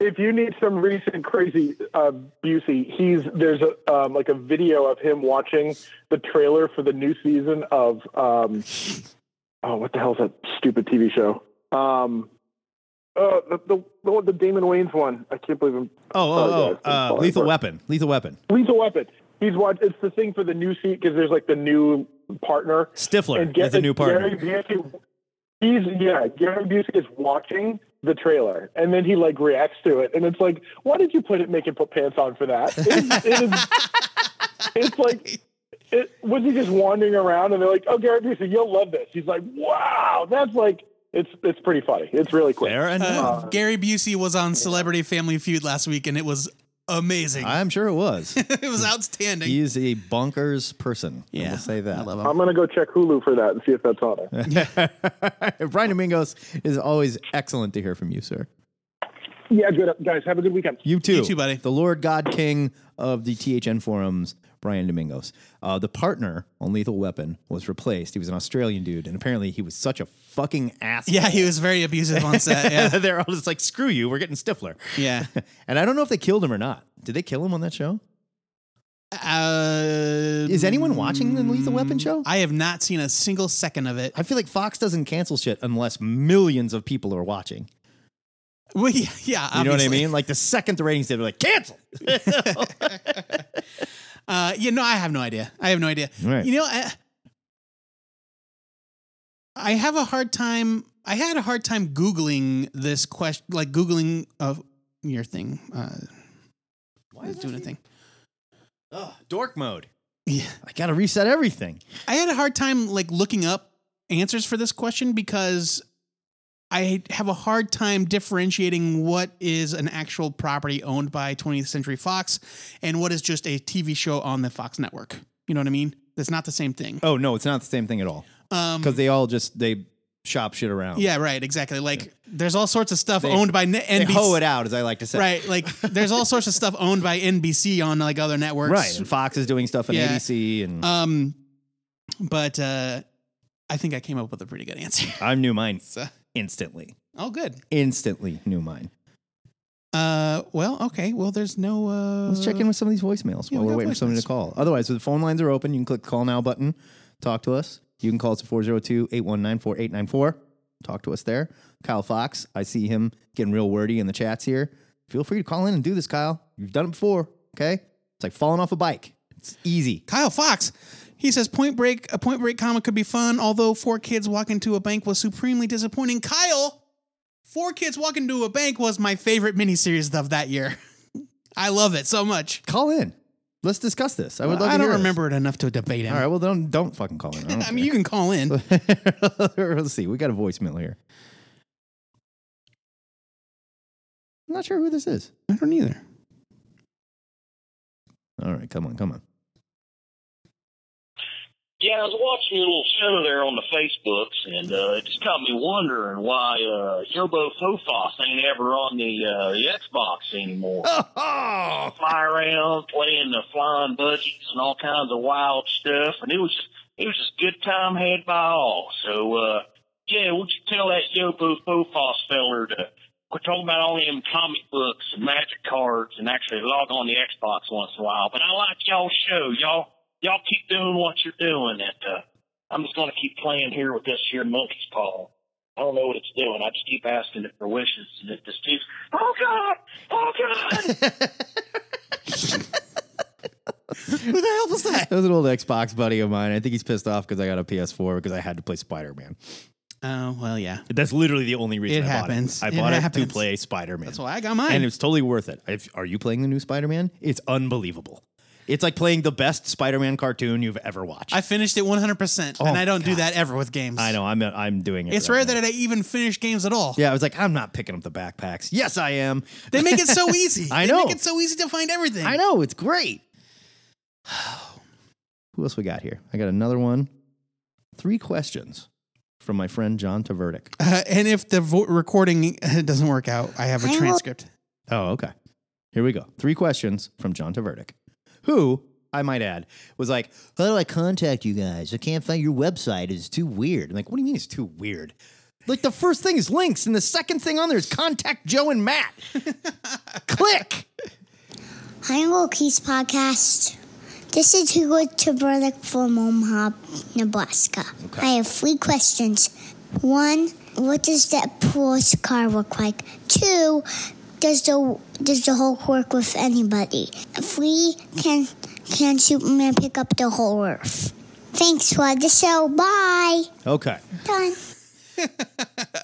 [SPEAKER 7] if you need some recent crazy uh, Busey, he's there's a um, like a video of him watching the trailer for the new season of um, oh what the hell's that stupid TV show? Um, uh, the, the the one- the Damon Wayans one. I can't believe I'm
[SPEAKER 4] oh, oh,
[SPEAKER 7] apologize.
[SPEAKER 4] oh,
[SPEAKER 7] I'm
[SPEAKER 4] uh,
[SPEAKER 7] sorry,
[SPEAKER 4] Lethal
[SPEAKER 7] but-
[SPEAKER 4] Weapon, Lethal Weapon,
[SPEAKER 7] Lethal Weapon. He's watch. It's the thing for the new seat because there's like the new partner.
[SPEAKER 4] Stifler
[SPEAKER 7] And get
[SPEAKER 4] is the new partner.
[SPEAKER 7] Gary Busey, he's yeah. Gary Busey is watching the trailer, and then he like reacts to it, and it's like, why did you put it make him put pants on for that? It is, it is, it's like. It, was he just wandering around and they're like, "Oh, Gary Busey, you'll love this." He's like, "Wow, that's like it's it's pretty funny. It's really quick."
[SPEAKER 4] Fair enough.
[SPEAKER 5] Uh, Gary Busey was on Celebrity Family Feud last week, and it was amazing.
[SPEAKER 4] I'm sure it
[SPEAKER 5] [laughs]
[SPEAKER 4] was.
[SPEAKER 5] it was outstanding.
[SPEAKER 4] He is a bonkers person. I
[SPEAKER 5] Yeah,
[SPEAKER 4] will say that.
[SPEAKER 5] I love
[SPEAKER 7] I'm gonna go check Hulu for that and see if that's on
[SPEAKER 4] [laughs]
[SPEAKER 7] there.
[SPEAKER 4] Brian Domingos is always excellent to hear from you, sir.
[SPEAKER 7] yeah, good guys. Have a good weekend.
[SPEAKER 4] You too.
[SPEAKER 5] too, buddy.
[SPEAKER 4] The Lord God King of the THN forums, Brian Domingos. Uh, the partner on Lethal Weapon was replaced. He was an Australian dude, and apparently he was such a fucking asshole.
[SPEAKER 5] Yeah, he was very abusive on set. Yeah.
[SPEAKER 4] [laughs] They're all just like, screw you, we're getting Stifler.
[SPEAKER 5] yeah.
[SPEAKER 4] [laughs] And I don't know if they killed him or not. Did they kill him on that show?
[SPEAKER 5] Uh, mm,
[SPEAKER 4] Is anyone watching the Lethal Weapon show?
[SPEAKER 5] I have not seen a single second of it.
[SPEAKER 4] I feel like Fox doesn't cancel shit unless millions of people are watching.
[SPEAKER 5] Well, yeah, yeah
[SPEAKER 4] You know what I
[SPEAKER 5] obviously.
[SPEAKER 4] mean? Like the second the ratings dip, they're like cancel.
[SPEAKER 5] Uh, you know, I have no idea. I have no idea. [laughs]
[SPEAKER 4] Right.
[SPEAKER 5] You know, I, I have a hard time. I had a hard time googling this question, like googling of your thing. Uh, Why is doing a thing?
[SPEAKER 4] Ugh, dork mode.
[SPEAKER 5] Yeah,
[SPEAKER 4] I gotta reset everything.
[SPEAKER 5] I had a hard time like looking up answers for this question because I have a hard time differentiating what is an actual property owned by 20th Century Fox and what is just a TV show on the Fox network. You know what I mean? That's not the same thing.
[SPEAKER 4] Oh no, it's not the same thing at all.
[SPEAKER 5] Um,
[SPEAKER 4] Because they all just they shop shit around.
[SPEAKER 5] Yeah, right. Exactly. Like, there's all sorts of stuff
[SPEAKER 4] They-
[SPEAKER 5] owned by N-
[SPEAKER 4] They hoe
[SPEAKER 5] NBC.
[SPEAKER 4] it out, as I like to say.
[SPEAKER 5] Right. Like, there's all sorts of stuff owned by NBC on like other networks.
[SPEAKER 4] Right. And Fox is doing stuff on
[SPEAKER 5] Yeah.
[SPEAKER 4] ABC and
[SPEAKER 5] Um, but uh, I think I came up with a pretty good answer.
[SPEAKER 4] I knew mine
[SPEAKER 5] [laughs] So,
[SPEAKER 4] instantly.
[SPEAKER 5] oh, good.
[SPEAKER 4] Instantly knew mine.
[SPEAKER 5] Uh, well, okay. Well, there's no. Uh,
[SPEAKER 4] Let's check in with some of these voicemails
[SPEAKER 5] yeah, we
[SPEAKER 4] while we're
[SPEAKER 5] got
[SPEAKER 4] waiting for somebody
[SPEAKER 5] voicemails.
[SPEAKER 4] to call. Otherwise, the phone lines are open. You can click the call now button, talk to us. You can call us at 402 819 4894. Talk to us there. Kyle Fox, I see him getting real wordy in the chats here. Feel free to call in and do this, Kyle. You've done it before, okay? It's like falling off a bike, it's easy.
[SPEAKER 5] Kyle Fox. He says Point Break, a Point Break comic could be fun, although Four Kids Walk Into a Bank was supremely disappointing. Kyle, Four Kids Walk Into a Bank was my favorite miniseries of that year. [laughs] I love it so much.
[SPEAKER 4] Call in. Let's discuss this. I would love
[SPEAKER 5] I
[SPEAKER 4] to
[SPEAKER 5] don't
[SPEAKER 4] hear this.
[SPEAKER 5] remember it enough to debate him.
[SPEAKER 4] All right, well, don't, don't fucking call in.
[SPEAKER 5] [laughs]
[SPEAKER 4] I, don't
[SPEAKER 5] I mean, you can call in.
[SPEAKER 4] care. [laughs] Let's see. We got a voicemail here. I'm not sure who this is.
[SPEAKER 5] I don't either.
[SPEAKER 4] All right, come on, come on.
[SPEAKER 8] Yeah, I was watching your little show there on the Facebooks, and uh, it just got me wondering why uh, Yobo Fofos ain't ever on the, uh, the Xbox anymore.
[SPEAKER 4] [laughs] Oh,
[SPEAKER 8] Fly around, playing the flying budgies and all kinds of wild stuff, and it was it was just good time had by all. So uh, yeah, would you tell that Yobo Fofos feller to quit talking about all them comic books and magic cards and actually log on the Xbox once in a while? But I like y'all show, y'all y'all keep doing what you're doing. And uh, I'm just going to keep playing here with this here monkey's paw. I don't know what it's doing. I just keep asking it for wishes, and it just keeps, oh God, oh God.
[SPEAKER 5] [laughs] Who the hell was that?
[SPEAKER 4] [laughs] that was an old Xbox buddy of mine. I think he's pissed off because I got a PS4 because I had to play Spider Man.
[SPEAKER 5] Oh, well, yeah.
[SPEAKER 4] That's literally the only reason
[SPEAKER 5] It
[SPEAKER 4] I
[SPEAKER 5] happens.
[SPEAKER 4] bought
[SPEAKER 5] It
[SPEAKER 4] it. I bought it,
[SPEAKER 5] happens.
[SPEAKER 4] to play Spider Man.
[SPEAKER 5] That's why I got mine.
[SPEAKER 4] and it was totally worth it. If, are you playing the new Spider Man? It's unbelievable. It's like playing the best Spider Man cartoon you've ever watched.
[SPEAKER 5] I finished it 100%, and
[SPEAKER 4] Oh,
[SPEAKER 5] I don't do that ever with games.
[SPEAKER 4] I know. I'm I'm doing it.
[SPEAKER 5] It's
[SPEAKER 4] right
[SPEAKER 5] rare
[SPEAKER 4] now.
[SPEAKER 5] that I even finish games at all.
[SPEAKER 4] Yeah, I was like, I'm not picking up the backpacks. Yes, I am.
[SPEAKER 5] They make it
[SPEAKER 4] [laughs]
[SPEAKER 5] so easy.
[SPEAKER 4] I
[SPEAKER 5] They
[SPEAKER 4] know.
[SPEAKER 5] make it so easy to find everything.
[SPEAKER 4] I know it's great. Who else we got here? I got another one. Three questions from my friend John Taverdic.
[SPEAKER 5] Uh, and if the vo- recording doesn't work out, I have a transcript.
[SPEAKER 4] Oh, okay. Here we go. Three questions from John Taverdic, who I might add was like, "How do I contact you guys? I can't find your website. It's too weird." I'm like, "What do you mean it's too weird?" Like the first thing is links, and the second thing on there is contact Joe
[SPEAKER 5] [laughs]
[SPEAKER 4] and Matt. Click.
[SPEAKER 9] Hi, Uncle Keith's podcast. This is Hugo Taberlik from Omaha, Nebraska. I have three questions. One, what does that Paul's car look like? Two, does the does the Hulk work with anybody? Three, can can Superman pick up the whole Earth? Thanks for the show. Bye.
[SPEAKER 4] Okay,
[SPEAKER 9] Done.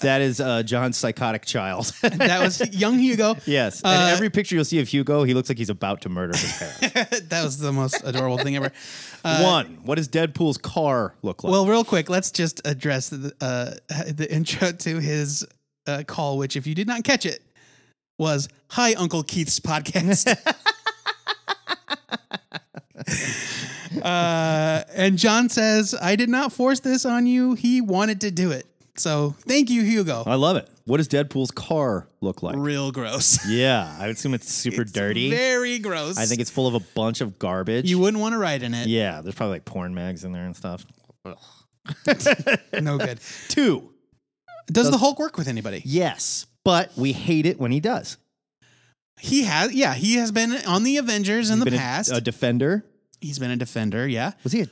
[SPEAKER 4] that is uh, John's psychotic child.
[SPEAKER 5] [laughs] That
[SPEAKER 4] [laughs]
[SPEAKER 5] was young Hugo.
[SPEAKER 4] yes,
[SPEAKER 5] Uh,
[SPEAKER 4] and every picture you'll see of Hugo, he looks like he's about to murder his parents.
[SPEAKER 5] [laughs] that was the most adorable thing ever. Uh,
[SPEAKER 4] One, what does Deadpool's car look like?
[SPEAKER 5] Well, real quick, let's just address the, uh, [laughs] the intro to his uh, call, which, if you did not catch it, was "Hi, Uncle Keith's
[SPEAKER 4] [laughs]
[SPEAKER 5] podcast." [laughs] uh, and John says, "I did not force this on you. He wanted to do it. So, thank you, Hugo."
[SPEAKER 4] I love it. What does Deadpool's car look like?
[SPEAKER 5] Real gross.
[SPEAKER 4] [laughs] Yeah, I would assume it's super dirty.
[SPEAKER 5] Very gross.
[SPEAKER 4] I think it's full of a bunch of garbage.
[SPEAKER 5] you wouldn't want to ride in it.
[SPEAKER 4] yeah, there's probably like porn mags in there and stuff.
[SPEAKER 5] No good.
[SPEAKER 4] [laughs] Two.
[SPEAKER 5] Does the Hulk work with anybody?
[SPEAKER 4] Yes, but we hate it when he does.
[SPEAKER 5] He has. Yeah, he has been on the Avengers in
[SPEAKER 4] He's
[SPEAKER 5] the
[SPEAKER 4] been a-
[SPEAKER 5] past.
[SPEAKER 4] a, defender.
[SPEAKER 5] He's been a defender. Yeah.
[SPEAKER 4] Was he a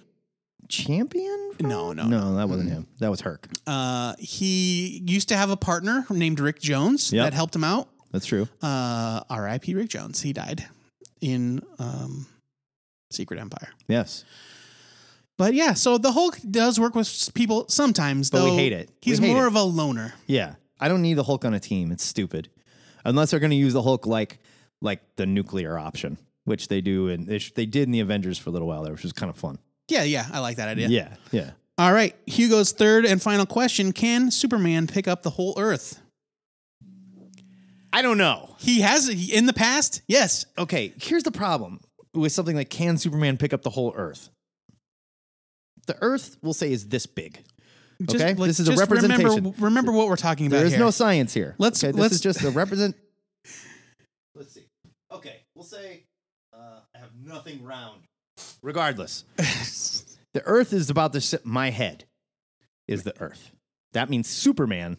[SPEAKER 4] champion? for-
[SPEAKER 5] No, no,
[SPEAKER 4] no, that wasn't him. That was Herc.
[SPEAKER 5] Uh, he used to have a partner named Rick Jones
[SPEAKER 4] Yep.
[SPEAKER 5] that helped him out.
[SPEAKER 4] That's true.
[SPEAKER 5] Uh, R.I.P. Rick Jones. He died in um, Secret Empire.
[SPEAKER 4] Yes,
[SPEAKER 5] But yeah, so the Hulk does work with s- people sometimes,
[SPEAKER 4] But we
[SPEAKER 5] though.
[SPEAKER 4] hate it. We
[SPEAKER 5] He's
[SPEAKER 4] hate
[SPEAKER 5] more
[SPEAKER 4] it.
[SPEAKER 5] of a loner.
[SPEAKER 4] yeah. I don't need the Hulk on a team. It's stupid, unless they're going to use the Hulk like like the nuclear option, which they do, and they, sh- they did in the Avengers for a little while there, which was kind of fun.
[SPEAKER 5] Yeah, yeah, I like that idea.
[SPEAKER 4] yeah, yeah.
[SPEAKER 5] All right, Hugo's third and final question: Can Superman pick up the whole Earth?
[SPEAKER 4] I don't know.
[SPEAKER 5] He has in the past. Yes,
[SPEAKER 4] Okay, here's the problem with something like can Superman pick up the whole Earth? The Earth, we'll say, is this big.
[SPEAKER 5] Just,
[SPEAKER 4] okay,
[SPEAKER 5] like,
[SPEAKER 4] this is a
[SPEAKER 5] just
[SPEAKER 4] representation.
[SPEAKER 5] Remember, remember what we're talking about
[SPEAKER 4] There is
[SPEAKER 5] here.
[SPEAKER 4] no science here.
[SPEAKER 5] Let's-
[SPEAKER 4] Okay, this
[SPEAKER 5] let's-
[SPEAKER 4] is just a represent. let's see. Okay, we'll say uh, I have nothing round.
[SPEAKER 5] [laughs]
[SPEAKER 4] Regardless, the Earth is about the si- my head is the Earth. That means Superman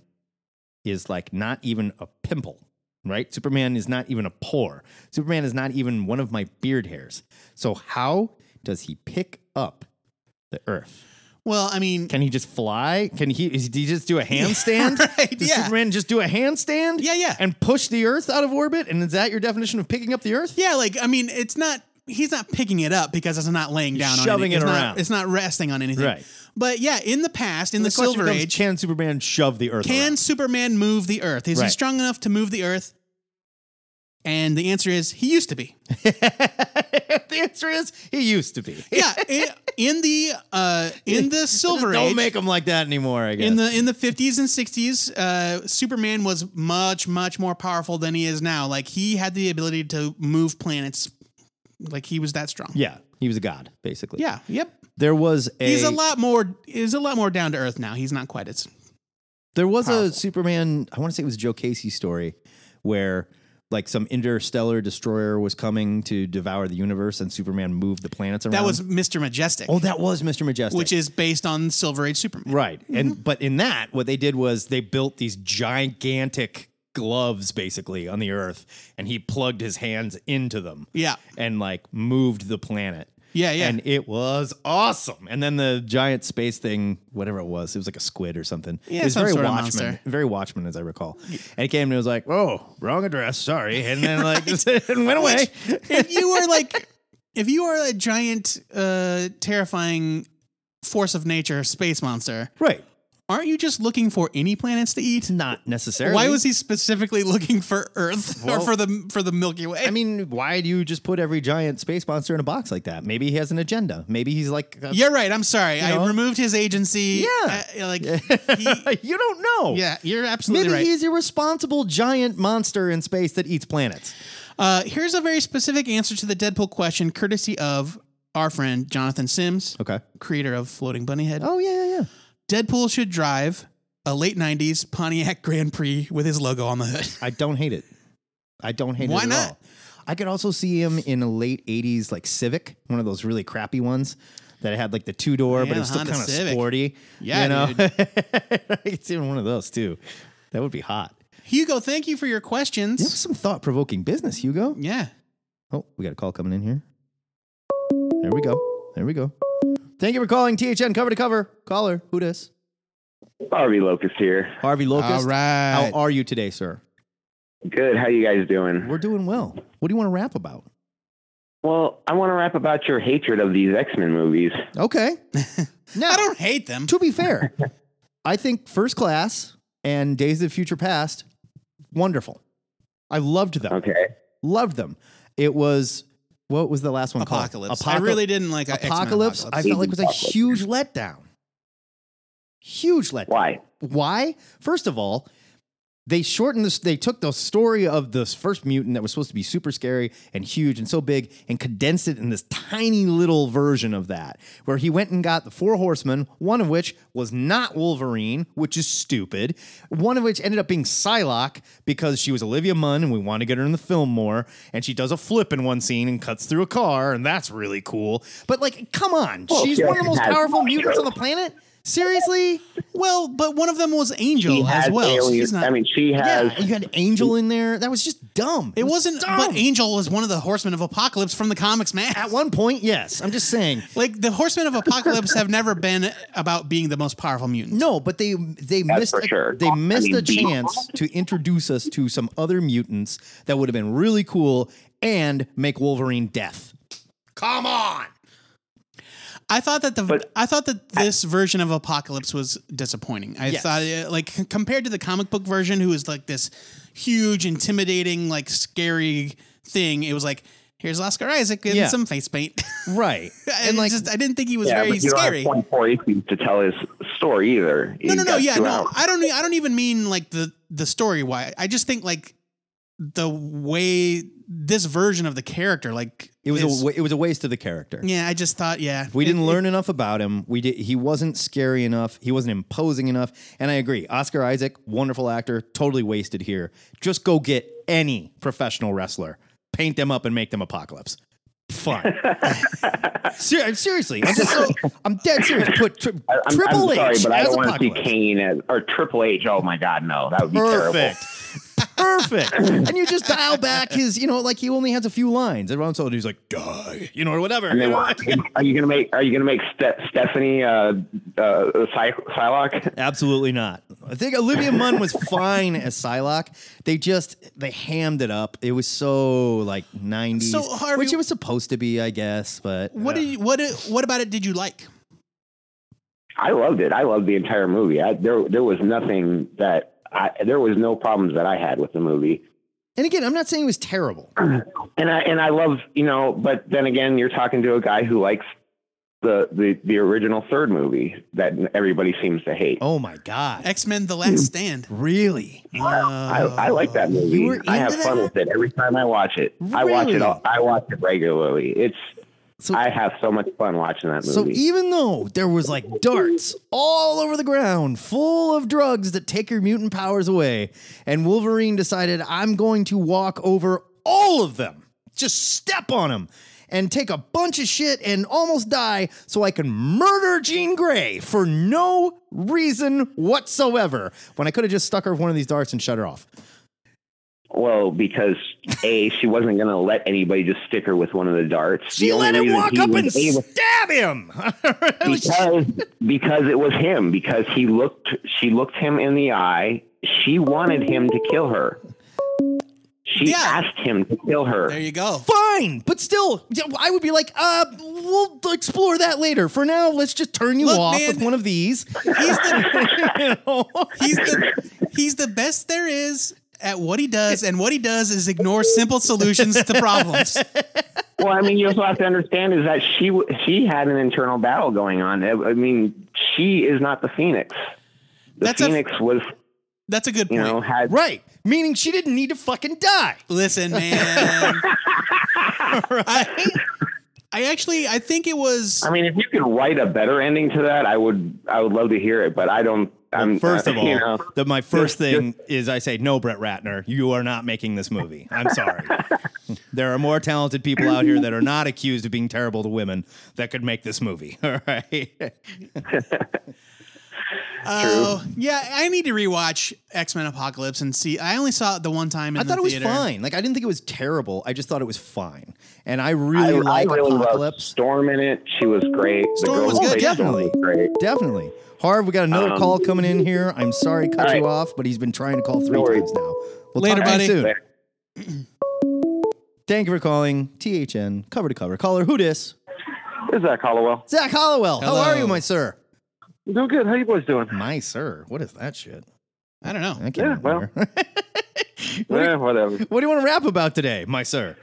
[SPEAKER 4] is like not even a pimple, right? Superman is not even a pore. Superman is not even one of my beard hairs. So how does he pick up the Earth?
[SPEAKER 5] well, I mean,
[SPEAKER 4] Can he just fly? Can he? Is, did he just do a handstand?
[SPEAKER 5] [laughs] right,
[SPEAKER 4] Does
[SPEAKER 5] yeah.
[SPEAKER 4] Superman just do a handstand?
[SPEAKER 5] Yeah, yeah.
[SPEAKER 4] And push the Earth out of orbit? And is that your definition of picking up the Earth?
[SPEAKER 5] yeah, like I mean, it's not. He's not picking it up because it's not laying down. on anything.
[SPEAKER 4] shoving it
[SPEAKER 5] it's
[SPEAKER 4] around.
[SPEAKER 5] Not, it's not resting on anything.
[SPEAKER 4] Right.
[SPEAKER 5] But yeah, in the past, in the,
[SPEAKER 4] question
[SPEAKER 5] Silver
[SPEAKER 4] becomes,
[SPEAKER 5] Age,
[SPEAKER 4] can Superman shove the Earth?
[SPEAKER 5] Can
[SPEAKER 4] around?
[SPEAKER 5] Superman move the Earth? Is he
[SPEAKER 4] Right.
[SPEAKER 5] strong enough to move the Earth? And the answer is he used to be.
[SPEAKER 4] [laughs] the answer is he used to be.
[SPEAKER 5] Yeah, in, in the uh,
[SPEAKER 4] [laughs]
[SPEAKER 5] in the Silver
[SPEAKER 4] Don't
[SPEAKER 5] Age,
[SPEAKER 4] make him like that anymore. I guess.
[SPEAKER 5] in the in the fifties and sixties, uh, Superman was much much more powerful than he is now. Like he had the ability to move planets, like he was that strong.
[SPEAKER 4] yeah, he was a god basically.
[SPEAKER 5] yeah, yep.
[SPEAKER 4] There was a.
[SPEAKER 5] He's a lot more. He's a lot more down to earth now. He's not quite as
[SPEAKER 4] There was a
[SPEAKER 5] powerful.
[SPEAKER 4] Superman, I want to say it was Joe Casey's story, where like some interstellar destroyer was coming to devour the universe and Superman moved the planets around.
[SPEAKER 5] that was Mister Majestic,
[SPEAKER 4] Oh, that was Mr. Majestic.
[SPEAKER 5] which is based on Silver Age Superman. Mm-hmm.
[SPEAKER 4] right. And but in that, what they did was they built these gigantic gloves basically on the earth and he plugged his hands into them. [laughs]
[SPEAKER 5] Yeah.
[SPEAKER 4] And like moved the planet.
[SPEAKER 5] Yeah, yeah.
[SPEAKER 4] And it was awesome. And then the giant space thing, whatever it was, it was like a squid or something.
[SPEAKER 5] Yeah,
[SPEAKER 4] it was
[SPEAKER 5] some
[SPEAKER 4] very
[SPEAKER 5] sort of
[SPEAKER 4] Watchmen,
[SPEAKER 5] monster.
[SPEAKER 4] very Watchmen as I recall. And it came and it was like, oh, wrong address, sorry, and
[SPEAKER 5] [laughs]
[SPEAKER 4] then like [laughs] and went away.
[SPEAKER 5] if you were like if you are a giant uh terrifying force of nature space monster
[SPEAKER 4] right,
[SPEAKER 5] aren't you just looking for any planets to eat
[SPEAKER 4] not necessarily.
[SPEAKER 5] why was he specifically looking for earth
[SPEAKER 4] Well-
[SPEAKER 5] or for the for the milky way
[SPEAKER 4] I mean, why do you just put every giant space monster in a box like that? Maybe he has an agenda. Maybe he's like, uh,
[SPEAKER 5] you're right i'm sorry
[SPEAKER 4] know.
[SPEAKER 5] i removed his agency
[SPEAKER 4] Yeah.
[SPEAKER 5] Uh, like he,
[SPEAKER 4] [laughs] you don't know.
[SPEAKER 5] yeah you're absolutely
[SPEAKER 4] Maybe
[SPEAKER 5] right
[SPEAKER 4] he's a responsible giant monster in space that eats planets.
[SPEAKER 5] uh here's a very specific answer to the deadpool question courtesy of our friend jonathan sims
[SPEAKER 4] Okay.
[SPEAKER 5] creator of floating bunnyhead
[SPEAKER 4] Oh yeah, yeah, yeah.
[SPEAKER 5] Deadpool should drive a late 90s Pontiac Grand Prix with his logo on the hood.
[SPEAKER 4] I don't hate it. I don't hate
[SPEAKER 5] Why
[SPEAKER 4] it at
[SPEAKER 5] not?
[SPEAKER 4] all. I could also see him in a late '80s like Civic, one of those really crappy ones that had like the two door,
[SPEAKER 5] Yeah,
[SPEAKER 4] but it was
[SPEAKER 5] the Honda
[SPEAKER 4] still kind of
[SPEAKER 5] Civic.
[SPEAKER 4] sporty.
[SPEAKER 5] Yeah,
[SPEAKER 4] you know,
[SPEAKER 5] dude.
[SPEAKER 4] [laughs] I could see him in one of those too. That would be hot.
[SPEAKER 5] Hugo, thank you for your questions.
[SPEAKER 4] That was some thought provoking business, Hugo.
[SPEAKER 5] Yeah.
[SPEAKER 4] Oh, we got a call coming in here. There we go. There we go. Thank you for calling THN cover to cover. Caller, who dis?
[SPEAKER 10] Harvey Locust here.
[SPEAKER 4] Harvey
[SPEAKER 5] All
[SPEAKER 4] Locust.
[SPEAKER 5] right.
[SPEAKER 4] How are you today, sir?
[SPEAKER 10] Good. How you guys doing?
[SPEAKER 4] We're doing well. What do you want to rap about?
[SPEAKER 10] Well, I want to rap about your hatred of these X Men movies.
[SPEAKER 5] [laughs]
[SPEAKER 4] Okay. now,
[SPEAKER 5] I don't hate them.
[SPEAKER 4] to be fair,
[SPEAKER 5] [laughs]
[SPEAKER 4] I think First Class and Days of Future Past, wonderful. I loved them.
[SPEAKER 10] Okay.
[SPEAKER 4] Loved them. It was, what was the last one
[SPEAKER 5] Apocalypse.
[SPEAKER 4] called?
[SPEAKER 5] I really didn't like uh, X-Men
[SPEAKER 4] Apocalypse, I felt like was a huge letdown. Huge letdown.
[SPEAKER 10] Why?
[SPEAKER 4] Why? First of all, they shortened this. They took the story of this first mutant that was supposed to be super scary and huge and so big, and condensed it in this tiny little version of that, where he went and got the four horsemen, one of which was not Wolverine, which is stupid. One of which ended up being Psylocke because she was Olivia Munn, and we want to get her in the film more. And she does a flip in one scene and cuts through a car, and that's really cool. But like, come on, she's
[SPEAKER 11] yeah,
[SPEAKER 4] one of
[SPEAKER 11] she
[SPEAKER 4] the most
[SPEAKER 11] has
[SPEAKER 4] powerful
[SPEAKER 11] one
[SPEAKER 4] mutants on
[SPEAKER 11] joke.
[SPEAKER 4] the planet. Seriously?
[SPEAKER 5] Well, but one of them was
[SPEAKER 11] She
[SPEAKER 5] Angel
[SPEAKER 11] has
[SPEAKER 5] as well. so
[SPEAKER 11] aliens.
[SPEAKER 5] he's not-
[SPEAKER 11] I mean, she has.
[SPEAKER 4] Yeah, you had Angel in there. That was just dumb.
[SPEAKER 5] it wasn't.
[SPEAKER 4] dumb.
[SPEAKER 5] But Angel was one of the Horsemen of Apocalypse from the comics, man.
[SPEAKER 4] at one point, yes. I'm just saying.
[SPEAKER 5] [laughs] Like the Horsemen of Apocalypse have never been about being the most powerful mutant.
[SPEAKER 4] No, but they they missed
[SPEAKER 11] for
[SPEAKER 4] a,
[SPEAKER 11] sure.
[SPEAKER 4] they
[SPEAKER 11] I
[SPEAKER 4] missed
[SPEAKER 11] mean,
[SPEAKER 4] a
[SPEAKER 11] be-
[SPEAKER 4] chance to introduce us to some other mutants that would have been really cool and make Wolverine deaf. Come on.
[SPEAKER 5] I thought that the
[SPEAKER 11] But-
[SPEAKER 5] I thought that this version of Apocalypse was disappointing. I
[SPEAKER 4] Yes.
[SPEAKER 5] thought it, like c- compared to the comic book version, who is like this huge, intimidating, like scary thing. It was like here's Oscar Isaac and
[SPEAKER 4] Yeah.
[SPEAKER 5] some face paint. [laughs]
[SPEAKER 4] Right.
[SPEAKER 5] and like, just I didn't think he was
[SPEAKER 11] yeah,
[SPEAKER 5] very
[SPEAKER 11] but you
[SPEAKER 5] scary.
[SPEAKER 11] don't have 24 issues to tell his story either.
[SPEAKER 5] No, no, no. Yeah, no.
[SPEAKER 11] Out.
[SPEAKER 5] I don't. e, I don't even mean like the the story. Why? I just think like the way this version of the character, like
[SPEAKER 4] It was
[SPEAKER 5] is-
[SPEAKER 4] a wa- it was a waste of the character.
[SPEAKER 5] yeah. I just thought yeah.
[SPEAKER 4] We
[SPEAKER 5] It-
[SPEAKER 4] didn't learn enough about him. We did. He wasn't scary enough. He wasn't imposing enough. And I agree. Oscar Isaac, wonderful actor, totally wasted here. Just go get any professional wrestler, paint them up, and make them apocalypse.
[SPEAKER 11] [laughs]
[SPEAKER 4] Fun. Ser- seriously, I'm, just so, I'm dead serious. Put tri-
[SPEAKER 11] I- I'm,
[SPEAKER 4] Triple
[SPEAKER 11] I'm sorry,
[SPEAKER 4] H
[SPEAKER 11] but I
[SPEAKER 4] as
[SPEAKER 11] don't want to see
[SPEAKER 4] apocalypse.
[SPEAKER 11] Kane as or Triple H. Oh my God, no, that would be terrible.
[SPEAKER 4] Perfect. Perfect. and you just dial back his, you know, like he only has a few lines. Everyone's told he's like, die, you know, or whatever.
[SPEAKER 11] And
[SPEAKER 4] you
[SPEAKER 11] then
[SPEAKER 4] know?
[SPEAKER 11] what? are you gonna make are you gonna make Ste- Stephanie uh, uh, Psy- Psylocke?
[SPEAKER 4] Absolutely not. I think Olivia Munn was fine as Psylocke. They just they hammed it up. It was so like nineties,
[SPEAKER 5] So, Harvey-
[SPEAKER 4] which it was supposed to be, I guess. But
[SPEAKER 5] What did you, what did- what about it? Did you like?
[SPEAKER 11] I loved it. I loved the entire movie. I, there there was nothing that I, there was no problems that I had with the movie.
[SPEAKER 4] and again, I'm not saying it was terrible.
[SPEAKER 11] And I and I love you know, but then again, you're talking to a guy who likes the the, the original third movie that everybody seems to hate.
[SPEAKER 4] Oh my god,
[SPEAKER 5] X Men: The Last Stand.
[SPEAKER 4] really?
[SPEAKER 11] Hmm. [gasps] I, I like that movie.
[SPEAKER 4] you were
[SPEAKER 11] I have
[SPEAKER 4] into
[SPEAKER 11] fun
[SPEAKER 4] that?
[SPEAKER 11] with it every time I watch it. I watch
[SPEAKER 4] Really?
[SPEAKER 11] it. all- I watch it regularly. It's
[SPEAKER 4] So-
[SPEAKER 11] I have so much fun watching that
[SPEAKER 4] So
[SPEAKER 11] movie.
[SPEAKER 4] even though there was like darts all over the ground, full of drugs that take your mutant powers away, and Wolverine decided I'm going to walk over all of them, just step on them, and take a bunch of shit and almost die, so I can murder Jean Grey for no reason whatsoever. When I could have just stuck her with one of these darts and shut her off.
[SPEAKER 11] well, because a she wasn't going to let anybody just stick her with one of the darts.
[SPEAKER 4] She
[SPEAKER 11] the only
[SPEAKER 4] let him
[SPEAKER 11] reason
[SPEAKER 4] walk
[SPEAKER 11] he
[SPEAKER 4] up
[SPEAKER 11] was
[SPEAKER 4] and
[SPEAKER 11] able-
[SPEAKER 4] stab him. It was-
[SPEAKER 11] because because it was him because he looked she looked him in the eye she wanted him to kill her she
[SPEAKER 5] Yeah.
[SPEAKER 11] asked him to kill her
[SPEAKER 5] There you go.
[SPEAKER 4] fine, but still, yeah, I would be like, uh, we'll explore that later. For now, let's just turn you
[SPEAKER 5] Look,
[SPEAKER 4] off
[SPEAKER 5] man,
[SPEAKER 4] with one of these.
[SPEAKER 5] He's the
[SPEAKER 4] You know?
[SPEAKER 5] he's the he's the best there is at what he does, and what he does is ignore simple solutions to problems.
[SPEAKER 11] well i mean you also have to understand is that she w- she had an internal battle going on i I mean she is not the phoenix the
[SPEAKER 5] That's a-
[SPEAKER 11] phoenix was
[SPEAKER 5] That's a good
[SPEAKER 11] you
[SPEAKER 5] point.
[SPEAKER 11] know had
[SPEAKER 4] right, [laughs] meaning she didn't need to fucking die.
[SPEAKER 5] Listen,
[SPEAKER 4] [laughs]
[SPEAKER 5] man. I, I actually I think it was
[SPEAKER 11] i mean if you could write a better ending to that i would i would love to hear it but i don't i'm
[SPEAKER 4] First
[SPEAKER 11] uh, [laughs]
[SPEAKER 4] of
[SPEAKER 11] you know,
[SPEAKER 4] all, the, my first
[SPEAKER 11] You're-
[SPEAKER 4] thing is I say, no, Brett Ratner, you are not making this movie. I'm sorry. there are more talented people out here that are not accused of being terrible to women that could make this movie. [laughs] All right.
[SPEAKER 5] oh yeah I need to rewatch X Men Apocalypse and see I only saw it the one time in
[SPEAKER 4] I
[SPEAKER 5] the
[SPEAKER 4] thought it was
[SPEAKER 5] theater.
[SPEAKER 4] fine. Like I didn't think it was terrible. I just thought it was fine. And I
[SPEAKER 11] I,
[SPEAKER 4] really
[SPEAKER 11] I
[SPEAKER 4] like
[SPEAKER 11] really loved
[SPEAKER 4] Apocalypse.
[SPEAKER 11] Storm in it. She was great. The
[SPEAKER 5] Storm
[SPEAKER 11] girl
[SPEAKER 5] was
[SPEAKER 11] who played
[SPEAKER 5] good,
[SPEAKER 11] Storm
[SPEAKER 4] definitely.
[SPEAKER 11] was great.
[SPEAKER 4] Definitely. Harv, we got another
[SPEAKER 11] Um,
[SPEAKER 4] call coming in here. I'm sorry to cut
[SPEAKER 11] all right.
[SPEAKER 4] you off, but he's been trying to call three
[SPEAKER 11] No worries.
[SPEAKER 4] times now. We'll
[SPEAKER 5] Later,
[SPEAKER 4] talk to
[SPEAKER 5] buddy.
[SPEAKER 4] you soon. Thank you for calling THN cover to cover. Caller, who dis?
[SPEAKER 10] Is that Hollowell?
[SPEAKER 4] Zach Hollowell.
[SPEAKER 5] Hello.
[SPEAKER 4] How are you, my sir?
[SPEAKER 10] I'm doing good. How you boys doing?
[SPEAKER 4] My sir. What is that shit?
[SPEAKER 5] I don't know.
[SPEAKER 4] I can't
[SPEAKER 10] Yeah, well.
[SPEAKER 4] remember. [laughs] what, do you,
[SPEAKER 10] Eh, whatever.
[SPEAKER 4] what do you want to rap about today, my sir?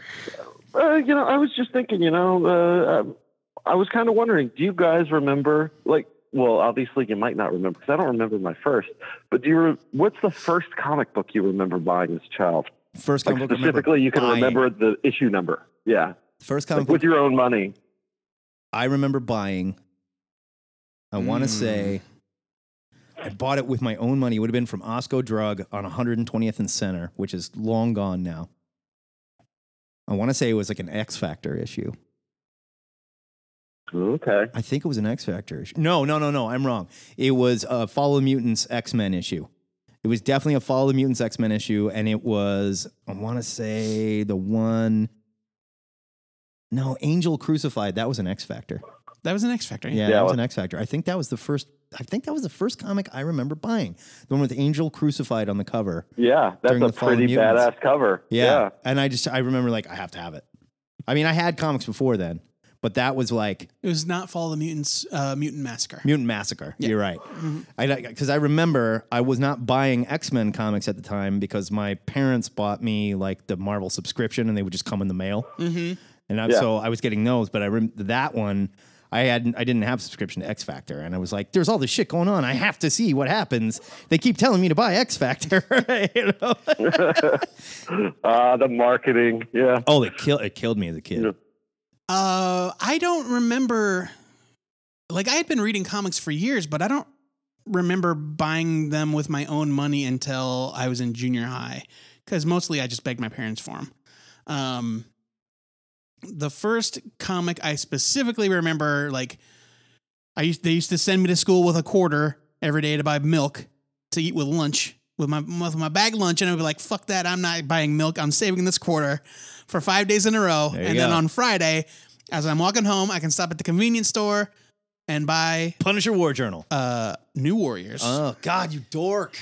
[SPEAKER 10] Uh, you know, I was just thinking, you know, uh, um, I was kind of wondering, do you guys remember, like, well, obviously you might not remember because I don't remember my first. But do you? Re- what's the first comic book you remember buying as a child?
[SPEAKER 4] First
[SPEAKER 10] Like
[SPEAKER 4] comic book I remember
[SPEAKER 10] specifically, you can
[SPEAKER 4] buying.
[SPEAKER 10] remember the issue number. Yeah,
[SPEAKER 4] First
[SPEAKER 10] like
[SPEAKER 4] comic book
[SPEAKER 10] with your
[SPEAKER 4] [laughs]
[SPEAKER 10] own money. [laughs]
[SPEAKER 4] I remember buying. I want to
[SPEAKER 5] Mm.
[SPEAKER 4] say I bought it with my own money. It would have been from Osco Drug on 120th and Center, which is long gone now. I want to say it was like an X Factor issue.
[SPEAKER 10] Okay.
[SPEAKER 4] I think it was an X Factor issue. No, no, no, no. I'm wrong. It was a Follow the Mutants X Men issue. It was definitely a Follow the Mutants X Men issue, and it was I want to say the one. No, Angel Crucified. That was an X Factor.
[SPEAKER 5] That was an X Factor.
[SPEAKER 4] Yeah,
[SPEAKER 10] Yeah,
[SPEAKER 4] that was
[SPEAKER 10] well-
[SPEAKER 4] an X Factor. I think that was the first. I think that was the first comic I remember buying. The one with Angel crucified on the cover.
[SPEAKER 10] Yeah, that's
[SPEAKER 4] During
[SPEAKER 10] a
[SPEAKER 4] the Fallen
[SPEAKER 10] pretty
[SPEAKER 4] Mutants.
[SPEAKER 10] badass cover. yeah.
[SPEAKER 4] and I just I remember like I have to have it. I mean, I had comics before then, but that was like
[SPEAKER 5] It was not Fall of the Mutants, uh, Mutant Massacre.
[SPEAKER 4] Mutant Massacre. You're right. Because I, remember I was not buying X Men comics at the time because my parents bought me like the Marvel subscription and they would just come in the mail. [laughs]
[SPEAKER 5] Mm-hmm.
[SPEAKER 4] And I,
[SPEAKER 10] Yeah.
[SPEAKER 4] so I was getting those, but I rem- that one I had I didn't have a subscription to X Factor, and I was like, "There's all this shit going on. I have to see what happens." They keep telling me to buy X Factor. [laughs] you know?
[SPEAKER 10] Uh, the marketing. Yeah.
[SPEAKER 4] oh, it killed it killed me as a kid.
[SPEAKER 10] Yeah.
[SPEAKER 5] Uh, I don't remember. Like I had been reading comics for years, but I don't remember buying them with my own money until I was in junior high, because mostly I just begged my parents for them. Um, the first comic I specifically remember, like I used, they used to send me to school with a quarter every day to buy milk to eat with lunch with my with my bag lunch, and I would be like, "Fuck that! I'm not buying milk. I'm saving this quarter for five days in a row."
[SPEAKER 4] There you
[SPEAKER 5] And then
[SPEAKER 4] go.
[SPEAKER 5] on Friday, as I'm walking home, I can stop at the convenience store and buy
[SPEAKER 4] Punisher War Journal.
[SPEAKER 5] uh New Warriors.
[SPEAKER 4] Oh God, you
[SPEAKER 5] [clears throat]
[SPEAKER 4] dork!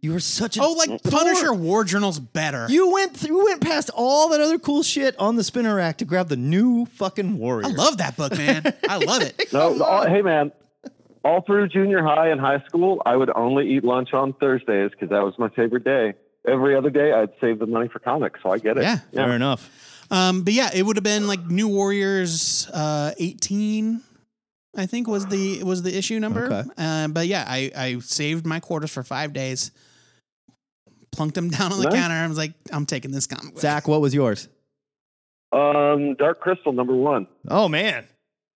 [SPEAKER 4] you were such a
[SPEAKER 5] oh, like Punisher War Journal's better.
[SPEAKER 4] You went th- you went past all that other cool shit on the spinner rack to grab the new fucking warrior.
[SPEAKER 5] I love that book, man. I love it.
[SPEAKER 10] No. the- all- hey, man. All through junior high and high school, I would only eat lunch on Thursdays because that was my favorite day. Every other day, I'd save the money for comics, so I get it.
[SPEAKER 5] Yeah.
[SPEAKER 4] Fair enough.
[SPEAKER 5] Um, but yeah, it would have been like New Warriors uh, 18, I think was the was the issue number.
[SPEAKER 4] Okay.
[SPEAKER 5] Uh, but yeah, I, I saved my quarters for five days, plunked them down on the
[SPEAKER 10] Nice.
[SPEAKER 5] counter. I was like, I'm taking this comic. book.
[SPEAKER 4] Zach, what was yours?
[SPEAKER 10] Um, Dark Crystal, number one,
[SPEAKER 4] Oh man,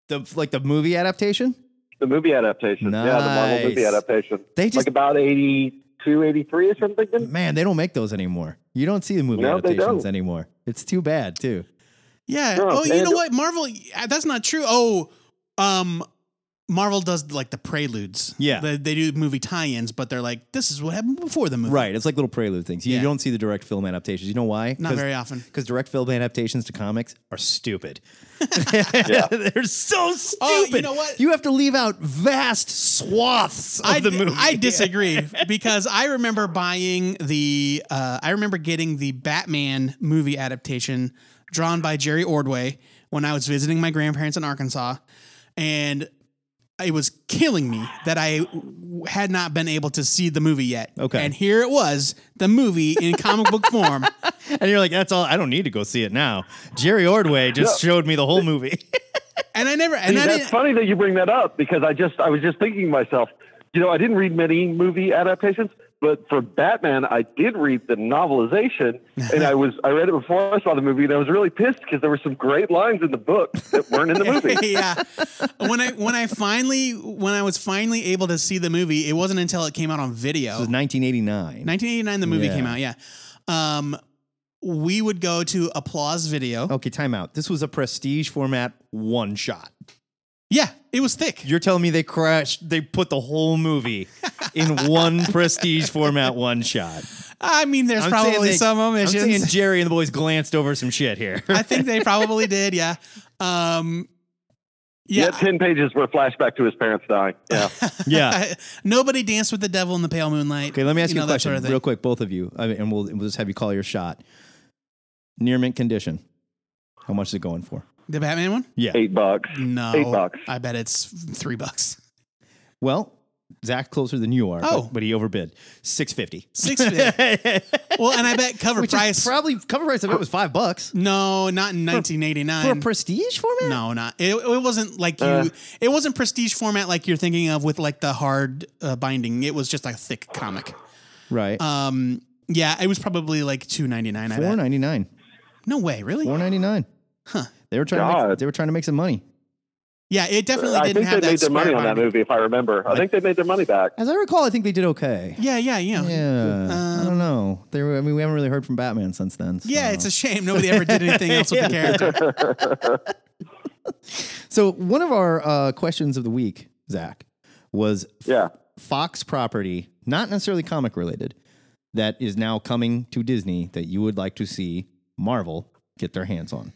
[SPEAKER 4] the like the movie adaptation.
[SPEAKER 10] the movie adaptation. Yeah, the Marvel movie
[SPEAKER 4] Nice.
[SPEAKER 10] adaptation.
[SPEAKER 4] They just
[SPEAKER 10] like about 82, 83 or something.
[SPEAKER 4] man, they don't make those anymore. You don't see the movie
[SPEAKER 10] No, they
[SPEAKER 4] adaptations
[SPEAKER 10] don't.
[SPEAKER 4] anymore. It's too bad too.
[SPEAKER 5] Yeah.
[SPEAKER 10] No,
[SPEAKER 5] oh, you
[SPEAKER 10] and-
[SPEAKER 5] know what? Marvel, uh, that's not true. Oh, um, Marvel does like the preludes.
[SPEAKER 4] Yeah.
[SPEAKER 5] They, they do movie tie ins, but they're like, this is what happened before the movie.
[SPEAKER 4] Right, it's like little prelude things. You
[SPEAKER 5] Yeah.
[SPEAKER 4] don't see the direct film adaptations. You know why?
[SPEAKER 5] Not very often.
[SPEAKER 4] Because direct film adaptations to comics are stupid.
[SPEAKER 10] Yeah.
[SPEAKER 4] [laughs] They're so stupid.
[SPEAKER 5] Oh, you know what?
[SPEAKER 4] You have to leave out vast swaths of
[SPEAKER 5] I,
[SPEAKER 4] the
[SPEAKER 5] di-
[SPEAKER 4] movie.
[SPEAKER 5] I disagree because I remember buying the uh, I remember getting the Batman movie adaptation drawn by Jerry Ordway when I was visiting my grandparents in Arkansas, and it was killing me that I w- had not been able to see the movie yet.
[SPEAKER 4] Okay.
[SPEAKER 5] and here it was, the movie in comic book
[SPEAKER 4] [laughs]
[SPEAKER 5] form.
[SPEAKER 4] And you're like, that's all. I don't need to go see it now. Jerry Ordway just showed me the whole movie. [laughs]
[SPEAKER 5] And I never and
[SPEAKER 10] See,
[SPEAKER 5] I
[SPEAKER 10] that's
[SPEAKER 5] didn't.
[SPEAKER 10] funny that you bring that up because I just I was just thinking to myself, you know, I didn't read many movie adaptations, but for Batman, I did read the novelization, and I was I read it before I saw the movie, and I was really pissed because there were some great lines in the book that
[SPEAKER 5] [laughs]
[SPEAKER 10] weren't in the movie.
[SPEAKER 5] yeah. When I when I finally when I was finally able to see the movie, it wasn't until it came out on video.
[SPEAKER 4] This was 1989.
[SPEAKER 5] 1989 the movie
[SPEAKER 4] Yeah.
[SPEAKER 5] came out yeah um we would go to applause video
[SPEAKER 4] Okay, time out. This was a prestige format one shot.
[SPEAKER 5] yeah it was thick
[SPEAKER 4] You're telling me they crashed, they put the whole movie in
[SPEAKER 5] [laughs]
[SPEAKER 4] one prestige format one shot.
[SPEAKER 5] i mean there's
[SPEAKER 4] I'm saying
[SPEAKER 5] probably
[SPEAKER 4] they-
[SPEAKER 5] some omissions
[SPEAKER 4] I'm saying Jerry and the boys glanced over some
[SPEAKER 5] [laughs]
[SPEAKER 4] shit here.
[SPEAKER 5] i think they probably did yeah um
[SPEAKER 10] yeah,
[SPEAKER 5] yeah,
[SPEAKER 10] ten pages were flashback to his parents dying. Yeah,
[SPEAKER 5] [laughs]
[SPEAKER 4] yeah.
[SPEAKER 5] nobody danced with the devil in the pale moonlight
[SPEAKER 4] Okay, let me ask you,
[SPEAKER 5] know,
[SPEAKER 4] a
[SPEAKER 5] that
[SPEAKER 4] question
[SPEAKER 5] sort of thing.
[SPEAKER 4] real quick, both of you, I mean, and we'll, we'll just have you call your shot. Near mint condition. How much is it going for?
[SPEAKER 5] the batman one
[SPEAKER 4] Yeah.
[SPEAKER 10] eight bucks.
[SPEAKER 5] no
[SPEAKER 10] Eight bucks.
[SPEAKER 5] i bet it's three bucks
[SPEAKER 4] Well, Zach closer than you are. but-
[SPEAKER 5] Oh.
[SPEAKER 4] but, he overbid six fifty.
[SPEAKER 5] Six fifty. well, and I bet cover
[SPEAKER 4] Which
[SPEAKER 5] price.
[SPEAKER 4] is probably cover price of it was five bucks
[SPEAKER 5] no, not in 1989.
[SPEAKER 4] for a prestige format.
[SPEAKER 5] no, not it. It wasn't like you. it wasn't prestige format like you're thinking of with like the hard uh, binding. It was just a thick comic.
[SPEAKER 4] right.
[SPEAKER 5] Um, yeah, it was probably like two ninety nine. I
[SPEAKER 4] [laughs] Four
[SPEAKER 5] bet.
[SPEAKER 4] ninety nine.
[SPEAKER 5] No way, really?
[SPEAKER 4] Four ninety nine.
[SPEAKER 5] Huh.
[SPEAKER 4] They were trying. To make,
[SPEAKER 10] God.
[SPEAKER 4] they were trying to make some money.
[SPEAKER 5] Yeah, it definitely
[SPEAKER 10] I
[SPEAKER 5] didn't
[SPEAKER 10] think they
[SPEAKER 5] have that
[SPEAKER 10] made their money
[SPEAKER 5] square
[SPEAKER 10] on that
[SPEAKER 5] binding.
[SPEAKER 10] movie, if I remember. I think they made their money back.
[SPEAKER 4] As I recall, I think they did okay.
[SPEAKER 5] Yeah, yeah, yeah. Um,
[SPEAKER 4] Yeah, I don't know. They were, I mean, we haven't really heard from Batman since then. So.
[SPEAKER 5] Yeah, it's a shame nobody ever did anything else
[SPEAKER 4] [laughs]
[SPEAKER 5] with the character.
[SPEAKER 4] so one of our uh, questions of the week, Zach, was
[SPEAKER 10] Yeah.
[SPEAKER 4] Fox property, not necessarily comic related, that is now coming to Disney that you would like to see Marvel get their hands on.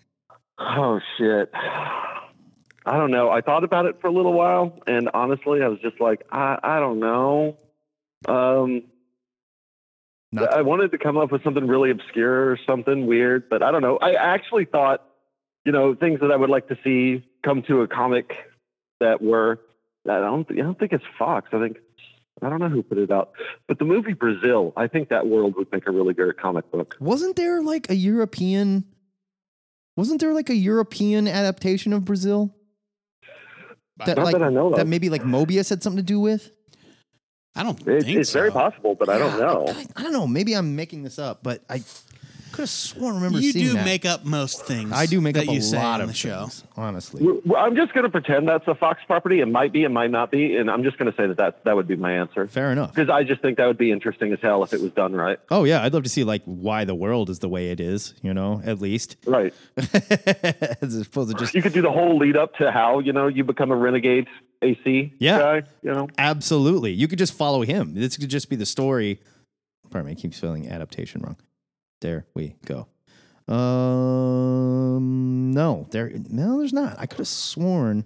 [SPEAKER 10] Oh shit. I don't know. I thought about it for a little while, and honestly, I was just like, I, I don't know. Um,
[SPEAKER 4] Not-
[SPEAKER 10] I wanted to come up with something really obscure or something weird, but I don't know. I actually thought, you know, things that I would like to see come to a comic that were. I don't. I don't think it's Fox. I think I don't know who put it out, but the movie Brazil. I think that world would make a really good comic book.
[SPEAKER 4] Wasn't there like a European? Wasn't there like a European adaptation of Brazil? That,
[SPEAKER 10] Not
[SPEAKER 4] like,
[SPEAKER 10] that I know of.
[SPEAKER 4] that maybe like Mobius had something to do with.
[SPEAKER 5] I don't
[SPEAKER 10] It,
[SPEAKER 5] think
[SPEAKER 10] it's
[SPEAKER 5] so.
[SPEAKER 10] very possible, but I don't know.
[SPEAKER 4] I, I don't know. Maybe I'm making this up, but I could have sworn I remember
[SPEAKER 5] You
[SPEAKER 4] seeing
[SPEAKER 5] do
[SPEAKER 4] that.
[SPEAKER 5] make up most things.
[SPEAKER 4] I do make
[SPEAKER 5] that
[SPEAKER 4] up a
[SPEAKER 5] you say
[SPEAKER 4] lot
[SPEAKER 5] on
[SPEAKER 4] of
[SPEAKER 5] the show.
[SPEAKER 4] things, honestly.
[SPEAKER 10] Well, well, I'm just going to pretend that's a Fox property. It might be, it might not be, and I'm just going to say that that, that would be my answer
[SPEAKER 4] Fair enough.
[SPEAKER 10] because I just think that would be interesting as hell if it was done right.
[SPEAKER 4] Oh yeah, I'd love to see like why the world is the way it is. You know, at least
[SPEAKER 10] Right.
[SPEAKER 4] [laughs] as opposed to just
[SPEAKER 10] You could do the whole lead up to how you know you become a renegade AC
[SPEAKER 4] Yeah.
[SPEAKER 10] guy. You know.
[SPEAKER 4] Absolutely. You could just follow him. This could just be the story. Pardon me, I keep spelling adaptation wrong. There we go. Um no, there no, there's not. I could have sworn.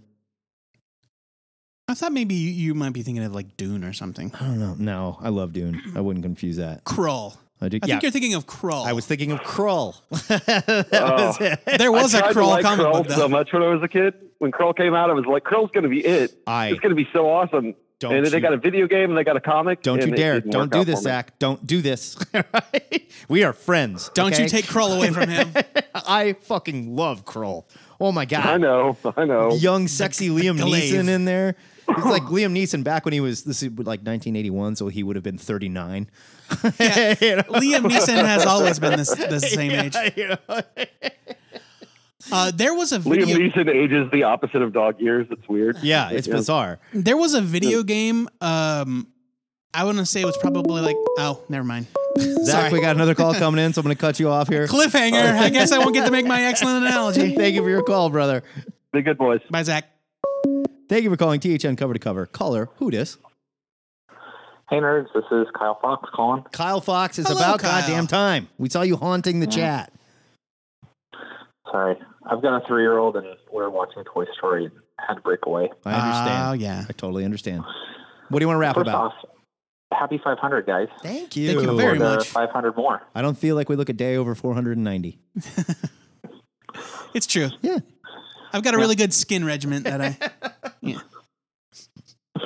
[SPEAKER 5] I thought maybe you, you might be thinking of like Dune or something.
[SPEAKER 4] I don't know. No, I love Dune. I wouldn't confuse that.
[SPEAKER 5] Krull.
[SPEAKER 4] I do.
[SPEAKER 5] I
[SPEAKER 4] yeah.
[SPEAKER 5] think you're thinking of Krull.
[SPEAKER 4] I was thinking of Krull. [laughs] that
[SPEAKER 10] Oh.
[SPEAKER 4] was it.
[SPEAKER 5] [laughs] there was a
[SPEAKER 10] I tried to
[SPEAKER 5] Krull
[SPEAKER 10] like
[SPEAKER 5] comic
[SPEAKER 10] Krull
[SPEAKER 5] book though.
[SPEAKER 10] so much when I was a kid. When Krull came out, I was like, Krull's going to be it.
[SPEAKER 4] I-
[SPEAKER 10] it's going to be so awesome.
[SPEAKER 4] Don't
[SPEAKER 10] and then
[SPEAKER 4] you-
[SPEAKER 10] they got a video game and they got a comic.
[SPEAKER 4] Don't
[SPEAKER 10] and
[SPEAKER 4] you
[SPEAKER 10] it
[SPEAKER 4] dare.
[SPEAKER 10] didn't
[SPEAKER 4] Don't
[SPEAKER 10] work
[SPEAKER 4] do
[SPEAKER 10] out
[SPEAKER 4] this,
[SPEAKER 10] for me.
[SPEAKER 4] Zach. Don't do this. [laughs] Right? we are friends.
[SPEAKER 5] Don't you
[SPEAKER 4] okay?
[SPEAKER 5] take Krull away from him?
[SPEAKER 4] [laughs] I fucking love Krull. [laughs] Oh my god.
[SPEAKER 10] I know. I know.
[SPEAKER 4] young, sexy Liam
[SPEAKER 5] glaive.
[SPEAKER 4] Neeson in there. He's
[SPEAKER 5] [laughs]
[SPEAKER 4] like Liam Neeson back when he was this is like 1981, so he would have been [laughs] 39.
[SPEAKER 5] Yeah.
[SPEAKER 4] You know?
[SPEAKER 5] Liam Neeson has always been this,
[SPEAKER 4] [laughs]
[SPEAKER 5] this same age.
[SPEAKER 4] You know?
[SPEAKER 5] Uh, there was a
[SPEAKER 10] Liam
[SPEAKER 5] video.
[SPEAKER 10] Neeson ages the opposite of dog years. It's weird.
[SPEAKER 4] Yeah, it's bizarre.
[SPEAKER 5] There was a video game. Um, I want to say it was probably like. Oh, never mind. [laughs]
[SPEAKER 4] [laughs] Zach, we got another call coming in, so I'm going to cut you off here. [laughs]
[SPEAKER 5] Cliffhanger. I guess I won't get to make my excellent analogy.
[SPEAKER 4] Thank you for your call, brother.
[SPEAKER 10] The good boys.
[SPEAKER 5] Bye, Zach.
[SPEAKER 4] Thank you for calling THN cover to cover. Caller, who dis?
[SPEAKER 12] Hey nerds, this is Kyle Fox calling.
[SPEAKER 4] Kyle Fox is
[SPEAKER 5] Hello,
[SPEAKER 4] about
[SPEAKER 5] Kyle.
[SPEAKER 4] goddamn time. We saw you haunting the chat.
[SPEAKER 12] Sorry, I've got a three-year-old and we're watching Toy Story. and Had to break away.
[SPEAKER 4] I understand.
[SPEAKER 5] Oh, yeah.
[SPEAKER 4] I totally understand. What do you want to rap
[SPEAKER 12] First
[SPEAKER 4] about?
[SPEAKER 12] off, happy 500, guys.
[SPEAKER 4] Thank you.
[SPEAKER 5] Thank you very
[SPEAKER 12] There are
[SPEAKER 5] much.
[SPEAKER 12] 500 more.
[SPEAKER 4] I don't feel like we look a day over 490.
[SPEAKER 5] [laughs] It's true.
[SPEAKER 4] Yeah.
[SPEAKER 5] I've got a really good skin regiment that
[SPEAKER 4] [laughs]
[SPEAKER 5] I.
[SPEAKER 12] Uh,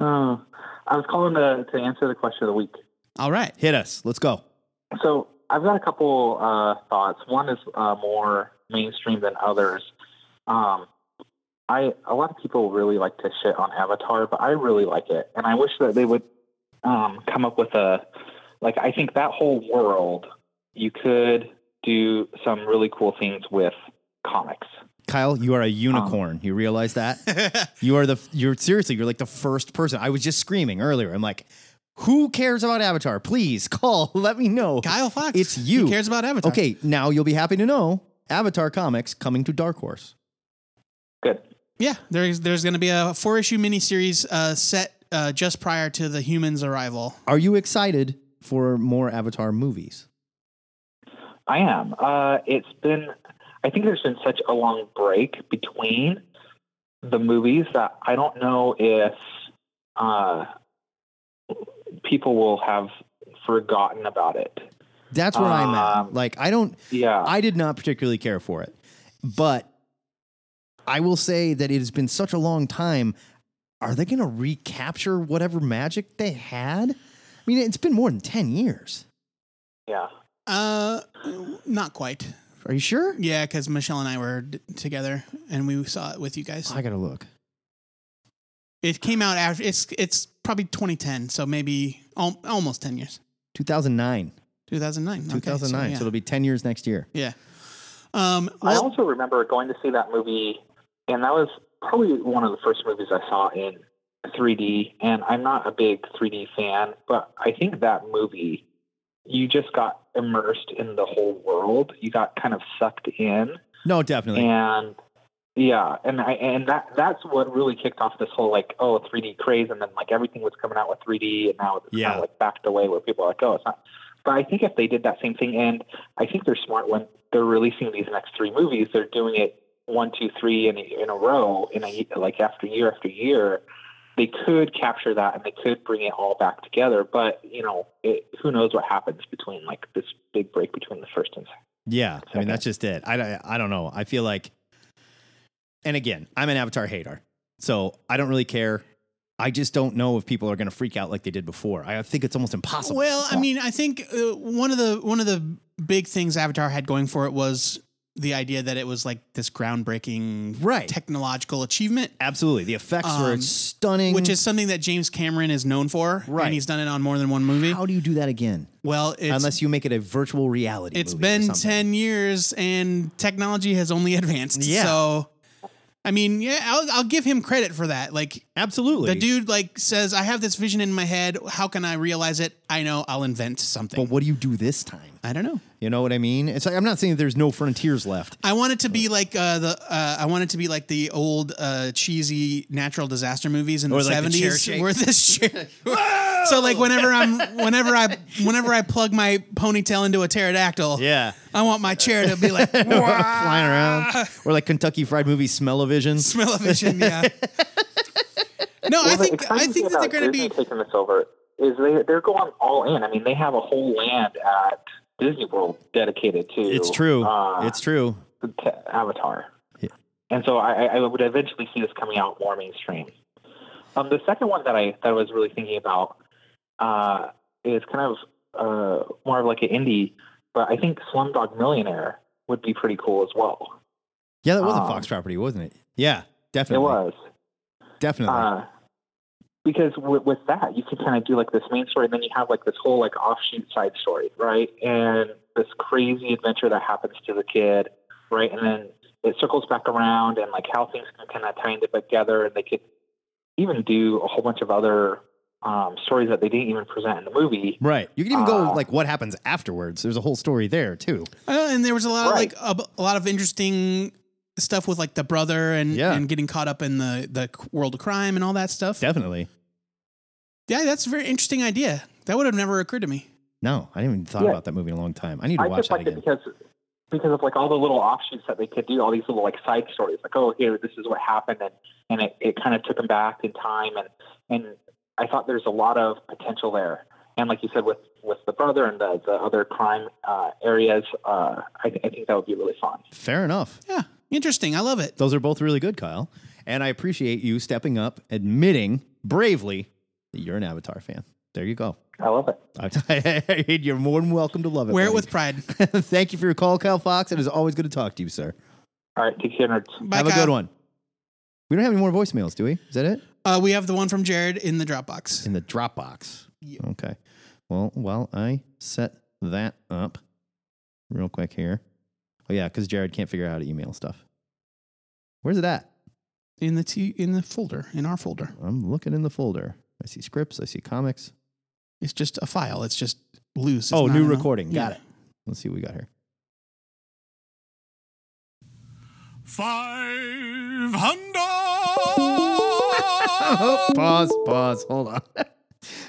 [SPEAKER 4] Oh.
[SPEAKER 12] I was calling to, to answer the question of the week.
[SPEAKER 5] All right.
[SPEAKER 4] Hit us. Let's go.
[SPEAKER 12] So I've got a couple uh, thoughts. One is uh, more mainstream than others. Um, I a lot of people really like to shit on Avatar, but I really like it, and I wish that they would um, come up with a like. I think that whole world you could do some really cool things with comics.
[SPEAKER 4] Kyle, you
[SPEAKER 5] Um.
[SPEAKER 4] are a unicorn. you
[SPEAKER 5] [laughs]
[SPEAKER 4] realize that? you are the you're seriously, you're like the first person. I was just screaming earlier. I'm like, who cares about Avatar? Please [laughs] call, let me know.
[SPEAKER 5] Kyle Fox.
[SPEAKER 4] It's you.
[SPEAKER 5] He cares about Avatar.
[SPEAKER 4] Okay, now you'll be happy to know Avatar comics coming to Dark Horse.
[SPEAKER 12] Good.
[SPEAKER 5] Yeah, there's there's going to be a four issue miniseries uh, set uh, just prior to the humans' arrival.
[SPEAKER 4] Are you excited for more Avatar movies?
[SPEAKER 12] I am. Uh, it's been, I think there's been such a long break between the movies that I don't know if uh, people will have forgotten about it.
[SPEAKER 4] That's where I'm at.
[SPEAKER 12] Um,
[SPEAKER 4] Like I don't
[SPEAKER 12] Yeah.
[SPEAKER 4] I did not particularly care for it. But I will say that it has been such a long time. are they going to recapture whatever magic they had? I mean, it's been more than 10 years.
[SPEAKER 12] Yeah.
[SPEAKER 5] Uh, not quite.
[SPEAKER 4] Are you sure?
[SPEAKER 5] Yeah, because Michelle and I were d- together, and we saw it with you guys.
[SPEAKER 4] I got to look.
[SPEAKER 5] It came out after. It's it's probably 2010, so maybe al- almost 10 years.
[SPEAKER 4] 2009.
[SPEAKER 5] 2009. Okay,
[SPEAKER 4] 2009. So,
[SPEAKER 5] yeah.
[SPEAKER 4] it'll be 10 years next year.
[SPEAKER 5] Yeah. Um,
[SPEAKER 12] I also remember going to see that movie, and that was probably one of the first movies I saw in 3D. And I'm not a big 3D fan, but I think that movie, you just got immersed in the whole world. You got kind of sucked in,
[SPEAKER 4] No, definitely.
[SPEAKER 12] and yeah, and I and that that's what really kicked off this whole like oh 3D craze, and then like everything was coming out with 3D, and now it's kind
[SPEAKER 4] Yeah.
[SPEAKER 12] of like backed away where people are like oh it's not. But I think if they did that same thing, and I think they're smart when they're releasing these next three movies, they're doing it one, two, three in a, in a row, in a like after year after year. They could capture that and they could bring it all back together, but you know, it, who knows what happens between like this big break between the first and second.
[SPEAKER 4] Yeah, I mean that's just it. I, I I don't know. I feel like, and again, I'm an Avatar hater, so I don't really care. I just don't know if people are going to freak out like they did before. I think it's almost impossible.
[SPEAKER 5] Well, I mean, I think uh, one of the one of the big things Avatar had going for it was the idea that it was like this groundbreaking
[SPEAKER 4] Right.
[SPEAKER 5] technological achievement.
[SPEAKER 4] Absolutely, the effects were
[SPEAKER 5] Um,
[SPEAKER 4] stunning.
[SPEAKER 5] Which is something that James Cameron is known for,
[SPEAKER 4] Right.
[SPEAKER 5] And he's done it on more than one movie.
[SPEAKER 4] how do you do that again?
[SPEAKER 5] well, it's,
[SPEAKER 4] Unless you make it a virtual reality.
[SPEAKER 5] it's
[SPEAKER 4] movie or
[SPEAKER 5] been
[SPEAKER 4] something.
[SPEAKER 5] ten years and technology has only advanced.
[SPEAKER 4] Yeah.
[SPEAKER 5] So, I mean, yeah, I'll, I'll give him credit for that. Like
[SPEAKER 4] Absolutely,
[SPEAKER 5] the dude, like says, I have this vision in my head. How can I realize it? I know I'll invent something.
[SPEAKER 4] But what do you do this time?
[SPEAKER 5] I don't know.
[SPEAKER 4] You know what I mean? It's like, I'm not saying that there's no frontiers
[SPEAKER 5] [laughs]
[SPEAKER 4] left.
[SPEAKER 5] I want it to be like uh, the uh, I want it to be like the old uh, cheesy natural disaster movies in
[SPEAKER 4] Or
[SPEAKER 5] the
[SPEAKER 4] like the chair
[SPEAKER 5] seventies,
[SPEAKER 4] shake.
[SPEAKER 5] where this chair. so like whenever I'm whenever I whenever I plug my ponytail into a pterodactyl,
[SPEAKER 4] Yeah,
[SPEAKER 5] I want my chair to be like
[SPEAKER 4] [laughs] flying around or like Kentucky Fried Movie Smell-O-Vision.
[SPEAKER 5] smell of vision. Yeah. No, I
[SPEAKER 12] Well, the
[SPEAKER 5] think I
[SPEAKER 12] exciting
[SPEAKER 5] think
[SPEAKER 12] thing
[SPEAKER 5] that they're
[SPEAKER 12] about
[SPEAKER 5] going to
[SPEAKER 12] Disney
[SPEAKER 5] be
[SPEAKER 12] taking this over. Is they they're going all in. I mean, they have a whole land at Disney World dedicated to.
[SPEAKER 4] [laughs] It's true.
[SPEAKER 12] uh,
[SPEAKER 4] it's true.
[SPEAKER 12] to Avatar. And so I, I I would eventually see this coming out more mainstream. Um, the second one that I that I was really thinking about uh, is kind of uh, more of like an indie, but I think Slumdog Millionaire would be pretty cool as well.
[SPEAKER 4] Yeah, that was a
[SPEAKER 12] Um,
[SPEAKER 4] Fox property, wasn't it? Yeah, definitely.
[SPEAKER 12] It was.
[SPEAKER 4] Definitely.
[SPEAKER 12] Uh, because with, with that, you can kind of do like this main story, and then you have like this whole like offshoot side story, right? And this crazy adventure that happens to the kid, right? And then it circles back around, and like how things can kind of tie into together, and they could even do a whole bunch of other um, stories that they didn't even present in the movie.
[SPEAKER 4] right. You can even go
[SPEAKER 12] uh,
[SPEAKER 4] like what happens afterwards. There's a whole story there too.
[SPEAKER 5] Uh, and there was a lot
[SPEAKER 12] Right.
[SPEAKER 5] of like a, a lot of interesting stuff with like the brother and
[SPEAKER 4] Yeah.
[SPEAKER 5] and getting caught up in the the world of crime and all that stuff.
[SPEAKER 4] Definitely.
[SPEAKER 5] Yeah, that's a very interesting idea. That would have never occurred to me.
[SPEAKER 4] No, I didn't even thought
[SPEAKER 12] Yeah.
[SPEAKER 4] about that movie in a long time. I need to
[SPEAKER 12] I
[SPEAKER 4] watch
[SPEAKER 12] just
[SPEAKER 4] that
[SPEAKER 12] liked it
[SPEAKER 4] again.
[SPEAKER 12] because because of like all the little offshoots that they could do, all these little like side stories, like oh here this is what happened, and and it, it kind of took them back in time, and and I thought there's a lot of potential there, and like you said with with the brother and the, the other crime uh, areas, uh, I, th- I think that would be really fun.
[SPEAKER 4] Fair enough.
[SPEAKER 5] Yeah, interesting. I love it.
[SPEAKER 4] Those are both really good, Kyle. And I appreciate you stepping up, admitting bravely that you're an Avatar fan. There you go.
[SPEAKER 12] I love it.
[SPEAKER 4] I, [laughs] you're more than welcome to love it.
[SPEAKER 5] Wear it
[SPEAKER 4] buddy.
[SPEAKER 5] with pride.
[SPEAKER 4] [laughs] Thank you for your call, Kyle Fox. It is always good to talk to you, sir.
[SPEAKER 12] All right, take care, nerds.
[SPEAKER 5] Bye,
[SPEAKER 4] Have a
[SPEAKER 5] Kyle.
[SPEAKER 4] good one. We don't have any more voicemails, do we? Is that it?
[SPEAKER 5] Uh, we have the one from Jared in the Dropbox.
[SPEAKER 4] in the Dropbox. Okay. Well, while I set that up real quick here. Oh yeah, because Jared can't figure out how to email stuff. Where's it at?
[SPEAKER 5] In the t- in the folder, in our folder.
[SPEAKER 4] I'm looking in the folder. I see scripts. I see comics.
[SPEAKER 5] It's just a file. It's just loose. It's
[SPEAKER 4] oh,
[SPEAKER 5] not
[SPEAKER 4] new
[SPEAKER 5] in a-
[SPEAKER 4] recording. Got
[SPEAKER 5] Yeah.
[SPEAKER 4] it. Let's see what we got here. [laughs]
[SPEAKER 13] 500!
[SPEAKER 4] Pause. Pause. Hold on. [laughs]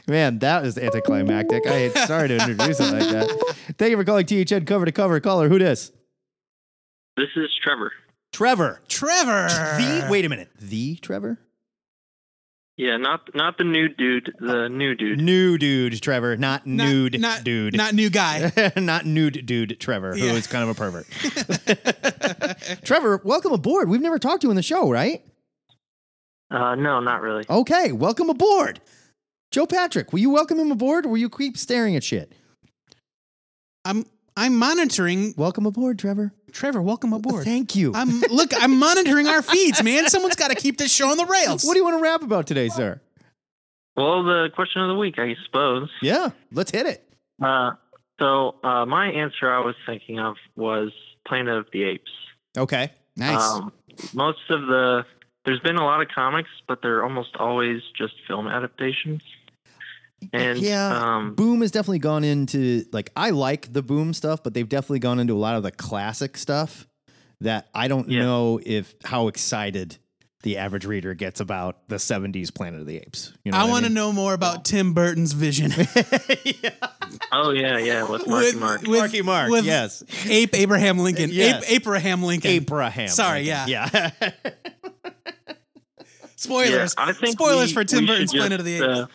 [SPEAKER 4] Man, that is anticlimactic. I sorry to introduce it like that. Thank you for calling THN cover to cover. Caller, who dis?
[SPEAKER 14] This is Trevor.
[SPEAKER 4] Trevor.
[SPEAKER 5] Trevor.
[SPEAKER 4] The wait a minute. The Trevor?
[SPEAKER 14] Yeah, not not the new dude, the new dude.
[SPEAKER 4] New dude, Trevor, not,
[SPEAKER 5] Not-
[SPEAKER 4] nude
[SPEAKER 5] not-
[SPEAKER 4] dude.
[SPEAKER 5] Not new guy.
[SPEAKER 4] [laughs] not nude dude Trevor,
[SPEAKER 5] Yeah.
[SPEAKER 4] who is kind of a pervert. [laughs] Trevor, welcome aboard. We've never talked to you on the show, right?
[SPEAKER 14] Uh, no, not really.
[SPEAKER 4] Okay, welcome aboard. Joe Patrick, will you welcome him aboard or will you keep staring at shit?
[SPEAKER 5] I'm I'm monitoring.
[SPEAKER 4] Welcome aboard, Trevor.
[SPEAKER 5] Trevor, welcome aboard.
[SPEAKER 4] Thank you.
[SPEAKER 5] I'm look, I'm monitoring our feeds, man. Someone's got to keep this show on the rails.
[SPEAKER 4] What do you want to rap about today, sir?
[SPEAKER 14] Well, the question of the week, I suppose.
[SPEAKER 4] Yeah, let's hit it.
[SPEAKER 14] Uh, so uh, my answer I was thinking of was Planet of the Apes.
[SPEAKER 4] Okay. Nice.
[SPEAKER 14] Um, most of the there's been a lot of comics, but they're almost always just film adaptations. And
[SPEAKER 4] yeah,
[SPEAKER 14] um,
[SPEAKER 4] Boom has definitely gone into like I like the Boom stuff, but they've definitely gone into a lot of the classic stuff that I don't
[SPEAKER 14] Yeah.
[SPEAKER 4] know if how excited the average reader gets about the 70s Planet of the Apes. You know
[SPEAKER 5] I
[SPEAKER 4] what
[SPEAKER 5] want
[SPEAKER 4] mean?
[SPEAKER 5] to know more about Tim Burton's
[SPEAKER 4] [laughs]
[SPEAKER 5] vision.
[SPEAKER 14] oh yeah, yeah,
[SPEAKER 5] [laughs]
[SPEAKER 14] with Marky
[SPEAKER 5] with,
[SPEAKER 14] Mark.
[SPEAKER 5] with-
[SPEAKER 4] Marky Mark,
[SPEAKER 5] with
[SPEAKER 4] yes. Uh,
[SPEAKER 5] Ape Abraham Lincoln.
[SPEAKER 4] Yes.
[SPEAKER 5] Ape Abraham Lincoln.
[SPEAKER 4] Abraham.
[SPEAKER 5] Sorry,
[SPEAKER 4] Lincoln.
[SPEAKER 5] yeah.
[SPEAKER 4] Yeah.
[SPEAKER 5] Spoilers.
[SPEAKER 14] Yeah, I think
[SPEAKER 5] Spoilers
[SPEAKER 14] we-
[SPEAKER 5] for
[SPEAKER 14] we
[SPEAKER 5] Tim
[SPEAKER 14] should
[SPEAKER 5] Burton's
[SPEAKER 14] just,
[SPEAKER 5] Planet of the Apes.
[SPEAKER 14] uh,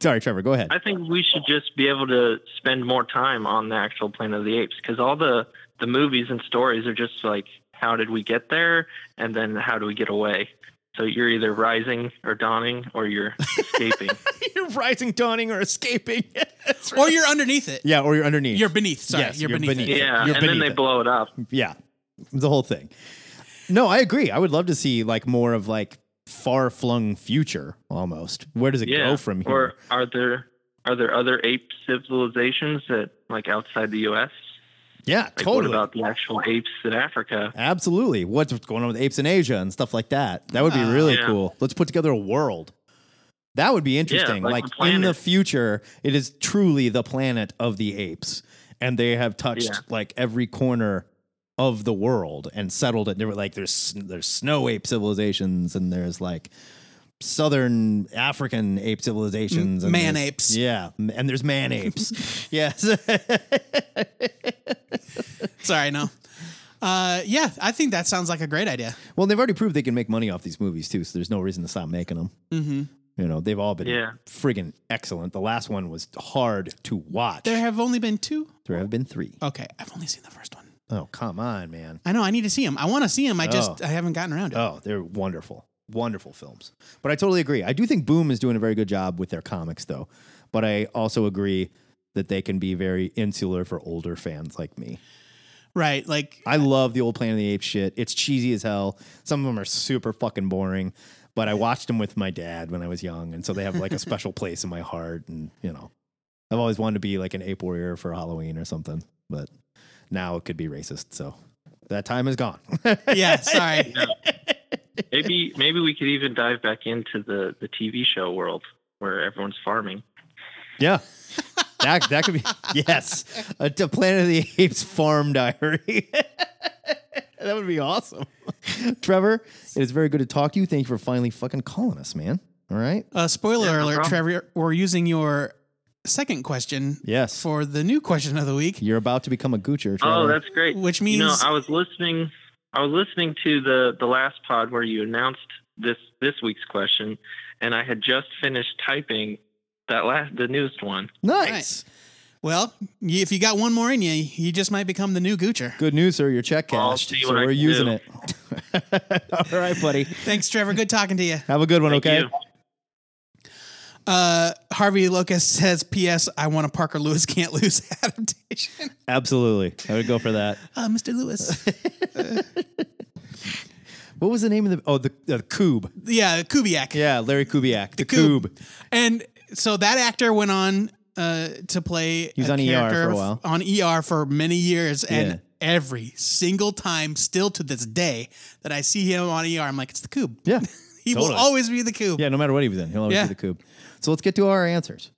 [SPEAKER 4] Sorry, Trevor, go
[SPEAKER 5] [laughs]
[SPEAKER 4] ahead.
[SPEAKER 14] I think we should just be able to spend more time on the actual Planet of the Apes because all the the movies and stories are just like how did we get there and then how do we get away. So you're either rising or dawning or you're escaping.
[SPEAKER 4] you're rising, dawning, or escaping. [laughs] That's
[SPEAKER 5] or you're underneath it.
[SPEAKER 4] Yeah, or you're underneath.
[SPEAKER 5] You're beneath. [laughs] Sorry,
[SPEAKER 4] Yes,
[SPEAKER 5] you're,
[SPEAKER 4] you're
[SPEAKER 5] beneath,
[SPEAKER 4] beneath.
[SPEAKER 5] it.
[SPEAKER 14] yeah,
[SPEAKER 4] You're
[SPEAKER 14] and then
[SPEAKER 4] beneath
[SPEAKER 14] they
[SPEAKER 4] it.
[SPEAKER 14] blow it up.
[SPEAKER 4] yeah. The whole thing. No, I agree. I would love to see like more of like far flung future almost. Where does it
[SPEAKER 14] yeah.
[SPEAKER 4] go from here?
[SPEAKER 14] Or are there are there other ape civilizations that like outside the U.S.
[SPEAKER 4] yeah,
[SPEAKER 14] Like
[SPEAKER 4] totally.
[SPEAKER 14] what about the actual apes in Africa?
[SPEAKER 4] Absolutely. What's going on with apes in Asia and stuff like that? That would be
[SPEAKER 5] Ah.
[SPEAKER 4] really
[SPEAKER 14] Uh, Yeah.
[SPEAKER 4] cool. Let's put together a world. That would be interesting.
[SPEAKER 14] like
[SPEAKER 4] like
[SPEAKER 14] the
[SPEAKER 4] in the
[SPEAKER 14] planet.
[SPEAKER 4] future, it is truly the planet of the apes, and they have touched
[SPEAKER 14] Yeah.
[SPEAKER 4] like every corner of the world and settled it. There were like there's there's snow ape civilizations, and there's like southern African ape civilizations, and
[SPEAKER 5] man
[SPEAKER 4] there's-
[SPEAKER 5] apes.
[SPEAKER 4] Yeah, and
[SPEAKER 5] [laughs]
[SPEAKER 4] there's man apes. yes. [laughs]
[SPEAKER 5] Sorry, no. [laughs] Uh, yeah, I think that sounds like a great idea.
[SPEAKER 4] well, they've already proved they can make money off these movies too, so there's no reason to stop making them.
[SPEAKER 5] Mm-hmm.
[SPEAKER 4] You know, they've all been
[SPEAKER 14] Yeah.
[SPEAKER 4] friggin' excellent. The last one was hard to watch.
[SPEAKER 5] There have only been two.
[SPEAKER 4] There have been three.
[SPEAKER 5] Okay, I've only seen the first one.
[SPEAKER 4] Oh, come on, man.
[SPEAKER 5] I know. I need to see him. I want to see him. I just
[SPEAKER 4] Oh.
[SPEAKER 5] I haven't gotten around to it.
[SPEAKER 4] Oh, they're wonderful, wonderful films. But I totally agree. I do think Boom is doing a very good job with their comics, though. But I also agree that they can be very insular for older fans like me.
[SPEAKER 5] Right, like
[SPEAKER 4] I love the old Planet of the Apes shit. It's cheesy as hell. Some of them are super fucking boring. But I watched them with my dad when I was young, and so they have like
[SPEAKER 5] [laughs]
[SPEAKER 4] a special place in my heart. And you know, I've always wanted to be like an ape warrior for Halloween or something. But now it could be racist, so that time is gone.
[SPEAKER 5] yeah.
[SPEAKER 4] [laughs]
[SPEAKER 5] Sorry.
[SPEAKER 14] Maybe maybe we could even dive back into the the TV show world where everyone's farming.
[SPEAKER 4] yeah, that
[SPEAKER 14] [laughs]
[SPEAKER 4] that could be yes, a, a Planet of the Apes farm diary. [laughs] that would be awesome. Trevor, it is very good to talk to you. Thank you for finally fucking calling us, man. All right.
[SPEAKER 5] Uh, spoiler
[SPEAKER 14] Yeah, no
[SPEAKER 5] alert,
[SPEAKER 14] problem.
[SPEAKER 5] Trevor. We're using your second question
[SPEAKER 4] Yes.
[SPEAKER 5] for the new question of the week,
[SPEAKER 4] You're about to become a goocher. Trevor.
[SPEAKER 14] Oh, that's great.
[SPEAKER 5] which
[SPEAKER 14] You
[SPEAKER 5] means
[SPEAKER 14] know, I was listening. I was listening to the the last pod where you announced this this week's question, and I had just finished typing that last the newest one.
[SPEAKER 4] nice.
[SPEAKER 5] well, y- if you got one more in you, you just might become the new Goocher.
[SPEAKER 4] Good news, sir. Your check
[SPEAKER 14] I'll
[SPEAKER 4] cashed,
[SPEAKER 14] see
[SPEAKER 4] so
[SPEAKER 14] what I
[SPEAKER 4] we're
[SPEAKER 14] can
[SPEAKER 4] using
[SPEAKER 14] do.
[SPEAKER 4] it. [laughs] All right, buddy.
[SPEAKER 5] Thanks, Trevor. Good talking to you.
[SPEAKER 4] Have a good one.
[SPEAKER 14] Thank
[SPEAKER 4] okay.
[SPEAKER 14] you.
[SPEAKER 5] Uh, Harvey Locust says, "P.S. I want a Parker Lewis can't lose [laughs] adaptation."
[SPEAKER 4] Absolutely, I would go
[SPEAKER 5] [laughs]
[SPEAKER 4] for that.
[SPEAKER 5] Uh, Mr. Lewis,
[SPEAKER 4] What was the name of the? Oh, the the Coob.
[SPEAKER 5] yeah, Kubiak,
[SPEAKER 4] Yeah, Larry Kubiak. The,
[SPEAKER 5] Koob.
[SPEAKER 4] Coob.
[SPEAKER 5] and so that actor went on uh, to play.
[SPEAKER 4] He was
[SPEAKER 5] a
[SPEAKER 4] on ER for
[SPEAKER 5] character
[SPEAKER 4] a
[SPEAKER 5] f-
[SPEAKER 4] while.
[SPEAKER 5] On ER for many years, and
[SPEAKER 4] Yeah.
[SPEAKER 5] every single time, still to this day, that I see him on ER, I'm like, it's the Coob.
[SPEAKER 4] Yeah,
[SPEAKER 5] [laughs] He will
[SPEAKER 4] Totally.
[SPEAKER 5] always be the Coob.
[SPEAKER 4] yeah. No matter what he was in, he'll always
[SPEAKER 5] Yeah.
[SPEAKER 4] be the Coob. So let's get to our answers.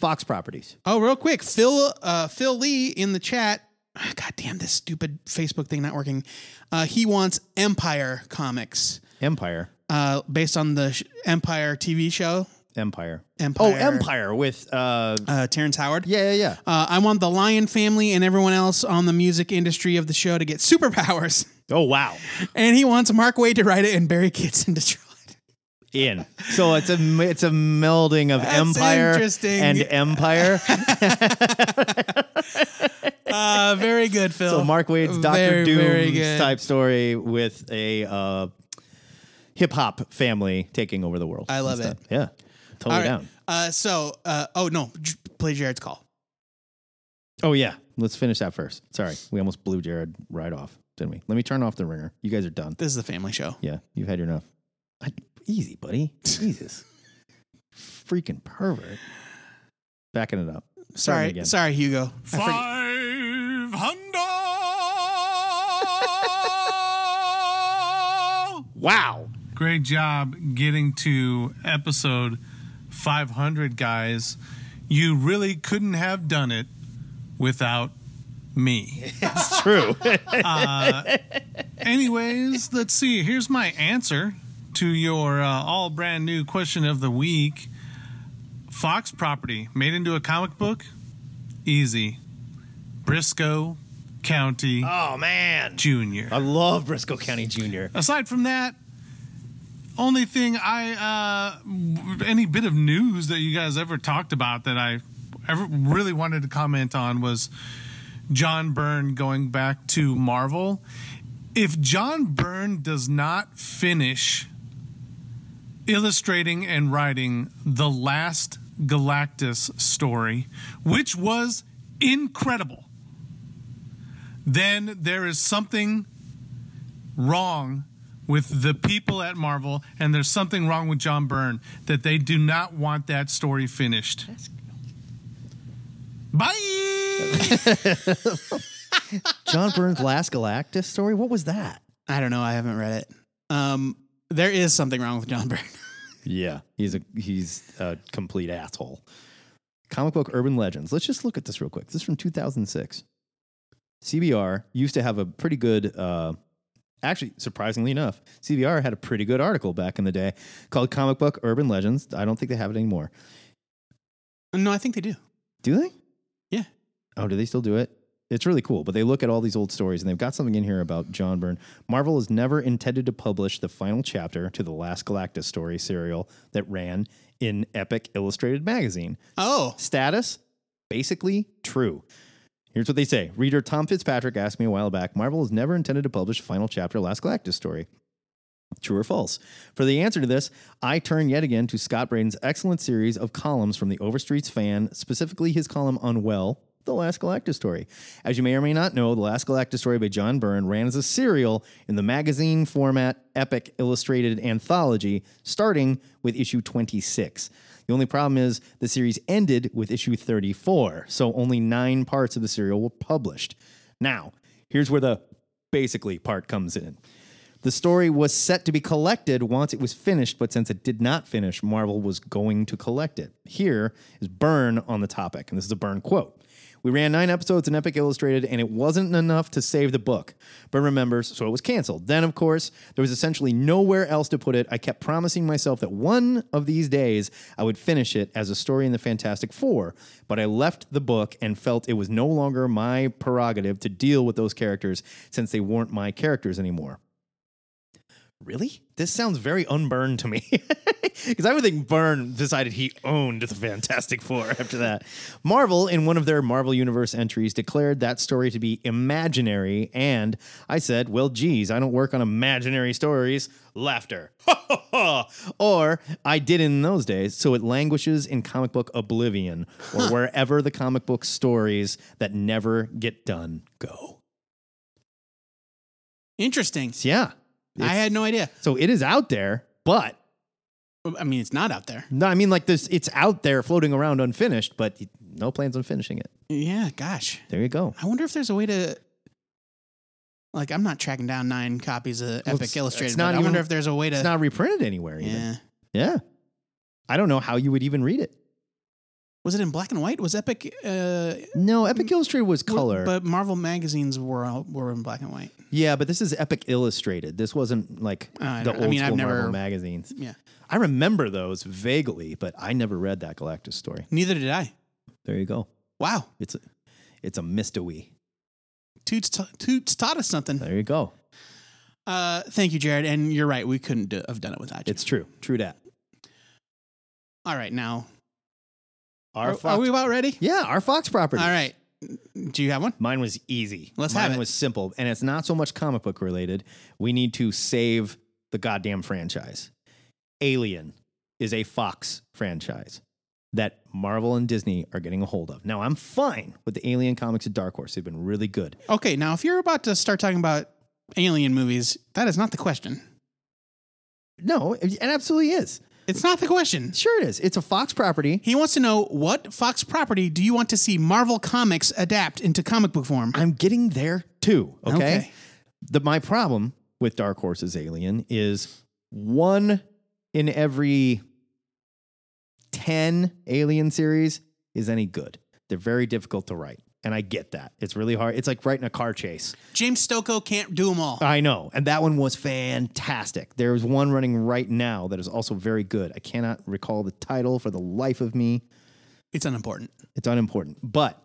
[SPEAKER 4] Fox properties.
[SPEAKER 5] Oh, real quick, Phil uh, Phil Lee in the chat. [sighs] God damn, this stupid Facebook thing not working. Uh, he wants Empire comics
[SPEAKER 4] Empire.
[SPEAKER 5] uh, based on the sh- Empire TV show.
[SPEAKER 4] Empire.
[SPEAKER 5] Empire.
[SPEAKER 4] Oh, Empire with uh.
[SPEAKER 5] Uh, Terrence Howard.
[SPEAKER 4] Yeah, yeah, yeah.
[SPEAKER 5] Uh, I want the Lion family and everyone else on the music industry of the show to get superpowers. [laughs]
[SPEAKER 4] Oh wow.
[SPEAKER 5] And he wants Mark Wade to write it and Barry Kitson
[SPEAKER 4] [laughs]
[SPEAKER 5] to draw it. [laughs]
[SPEAKER 4] In. So it's a it's a melding of
[SPEAKER 5] That's
[SPEAKER 4] Empire
[SPEAKER 5] interesting.
[SPEAKER 4] and
[SPEAKER 5] [laughs]
[SPEAKER 4] Empire.
[SPEAKER 5] Uh, very good, Phil.
[SPEAKER 4] So Mark Wade's Doctor
[SPEAKER 5] Very,
[SPEAKER 4] Doom
[SPEAKER 5] very good.
[SPEAKER 4] type story with a uh, hip hop family taking over the world.
[SPEAKER 5] I love
[SPEAKER 4] and
[SPEAKER 5] it.
[SPEAKER 4] stuff. Yeah, totally
[SPEAKER 5] All right.
[SPEAKER 4] down.
[SPEAKER 5] Uh, so, uh, oh no, j- play Jared's call. [laughs]
[SPEAKER 4] Oh yeah, let's finish that first. Sorry, we almost blew Jared right off, didn't we? Let me turn off the ringer. You guys are done.
[SPEAKER 5] This is the family show.
[SPEAKER 4] Yeah, you've had your enough. I- easy, buddy. Jesus, freaking pervert. Backing it up. Starting
[SPEAKER 5] Sorry,
[SPEAKER 4] again.
[SPEAKER 5] sorry, Hugo. I forg-
[SPEAKER 13] Five hundred.
[SPEAKER 4] Wow.
[SPEAKER 15] Great job getting to episode 500, guys. You really couldn't have done it without me.
[SPEAKER 4] [laughs] It's
[SPEAKER 5] [laughs]
[SPEAKER 4] true.
[SPEAKER 15] [laughs] uh, anyways, let's see. Here's my answer to your uh, all brand new question of the week Fox property made into a comic book? Easy. Briscoe County.
[SPEAKER 4] Oh, man.
[SPEAKER 15] Junior.
[SPEAKER 4] I love Briscoe County Junior.
[SPEAKER 15] Aside from that, only thing I uh, any bit of news that you guys ever talked about that I ever really wanted to comment on was John Byrne going back to Marvel. If John Byrne does not finish illustrating and writing the last Galactus story, which was incredible, then there is something wrong with the people at Marvel, and there's something wrong with John Byrne that they do not want that story finished. Bye.
[SPEAKER 4] [laughs] John [laughs] Burns' last Galactus story. What was that?
[SPEAKER 5] I don't know. I haven't read it. Um, there is something wrong with John Byrne. [laughs]
[SPEAKER 4] Yeah, he's a he's a complete asshole. Comic book urban legends. Let's just look at this real quick. This is from 2006. CBR used to have a pretty good, uh, actually, surprisingly enough, CBR had a pretty good article back in the day called "Comic Book Urban Legends." I don't think they have it anymore.
[SPEAKER 5] No, I think they do.
[SPEAKER 4] Do they?
[SPEAKER 5] Yeah.
[SPEAKER 4] Oh, do they still do it? It's really cool, but they look at all these old stories and they've got something in here about John Byrne. Marvel has never intended to publish the final chapter to the last Galactus story serial that ran in Epic Illustrated magazine.
[SPEAKER 5] Oh.
[SPEAKER 4] Status basically true. Here's what they say. Reader Tom Fitzpatrick asked me a while back, Marvel has never intended to publish the final chapter of Last Galactus story. True or false? For the answer to this, I turn yet again to Scott Braden's excellent series of columns from the Overstreet's fan, specifically his column on Well, The Last Galactus Story. As you may or may not know, The Last Galactus Story by John Byrne ran as a serial in the magazine format epic illustrated anthology, starting with issue 26. The only problem is the series ended with issue 34, so only nine parts of the serial were published. Now, here's where the basically part comes in. The story was set to be collected once it was finished, but since it did not finish, Marvel was going to collect it. Here is Burn on the topic, and this is a Burn quote. We ran nine episodes in Epic Illustrated, and it wasn't enough to save the book. Burn remembers, so it was canceled. Then, of course, there was essentially nowhere else to put it. I kept promising myself that one of these days I would finish it as a story in the Fantastic Four, but I left the book and felt it was no longer my prerogative to deal with those characters since they weren't my characters anymore really? This sounds very unburned to me. [laughs] Because I would think Byrne decided he owned the Fantastic Four after that. Marvel, in one of their Marvel Universe entries, declared that story to be imaginary. And I said, well, geez, I don't work on imaginary stories. Laughter. [laughs] or I did in those days. So it languishes in comic book oblivion or wherever the comic book stories that never get done go.
[SPEAKER 5] Interesting.
[SPEAKER 4] Yeah.
[SPEAKER 5] I had no idea.
[SPEAKER 4] So it is out there, but
[SPEAKER 5] I mean, it's not out there.
[SPEAKER 4] No, I mean like this. It's out there, floating around, unfinished, but no plans on finishing it.
[SPEAKER 5] Yeah, gosh.
[SPEAKER 4] There you go.
[SPEAKER 5] I wonder if there's a way to. Like, I'm not tracking down nine copies of Epic
[SPEAKER 4] it's-
[SPEAKER 5] Illustrated.
[SPEAKER 4] it's not
[SPEAKER 5] but I
[SPEAKER 4] even-
[SPEAKER 5] wonder if there's a way to.
[SPEAKER 4] It's not reprinted anywhere. Either.
[SPEAKER 5] Yeah.
[SPEAKER 4] Yeah. I don't know how you would even read it.
[SPEAKER 5] Was it in black and white? Was Epic? Uh,
[SPEAKER 4] no, Epic Illustrated was color.
[SPEAKER 5] But Marvel magazines were all, were in black and white.
[SPEAKER 4] Yeah, but this is Epic Illustrated. This wasn't like
[SPEAKER 5] Uh, I
[SPEAKER 4] the
[SPEAKER 5] don't-
[SPEAKER 4] old
[SPEAKER 5] I mean, I've
[SPEAKER 4] school
[SPEAKER 5] never-
[SPEAKER 4] Marvel magazines.
[SPEAKER 5] Yeah.
[SPEAKER 4] I remember those vaguely, but I never read that Galactus story.
[SPEAKER 5] Neither did I.
[SPEAKER 4] There you go.
[SPEAKER 5] Wow.
[SPEAKER 4] It's a, it's a mystery.
[SPEAKER 5] Toots, ta- Toots taught us something.
[SPEAKER 4] There you go.
[SPEAKER 5] Uh, thank you, Jared. And you're right. We couldn't do, have done it without you.
[SPEAKER 4] It's true. True that.
[SPEAKER 5] All right, now.
[SPEAKER 4] Our
[SPEAKER 5] are,
[SPEAKER 4] Fox-
[SPEAKER 5] are we about ready?
[SPEAKER 4] Yeah, our Fox property.
[SPEAKER 5] All right. Do you have one?
[SPEAKER 4] Mine was easy.
[SPEAKER 5] Let's
[SPEAKER 4] Mine
[SPEAKER 5] have it.
[SPEAKER 4] was simple, and it's not so much comic book related. We need to save the goddamn franchise. Alien is a Fox franchise that Marvel and Disney are getting a hold of. Now, I'm fine with the Alien comics at Dark Horse. They've been really good.
[SPEAKER 5] Okay, now if you're about to start talking about alien movies, that is not the question.
[SPEAKER 4] No, it absolutely is.
[SPEAKER 5] It's not the question.
[SPEAKER 4] Sure, it is. It's a Fox property.
[SPEAKER 5] He wants to know what Fox property do you want to see Marvel Comics adapt into comic book form?
[SPEAKER 4] I'm getting there too. Okay. The, my problem with Dark Horse's Alien is one in every 10 Alien series is any good. They're very difficult to write. And I get that. It's really hard. It's like writing a car chase.
[SPEAKER 5] James Stocco can't do them all.
[SPEAKER 4] I know. And that one was fantastic. There is one running right now that is also very good. I cannot recall the title for the life of me.
[SPEAKER 5] It's unimportant.
[SPEAKER 4] It's unimportant. But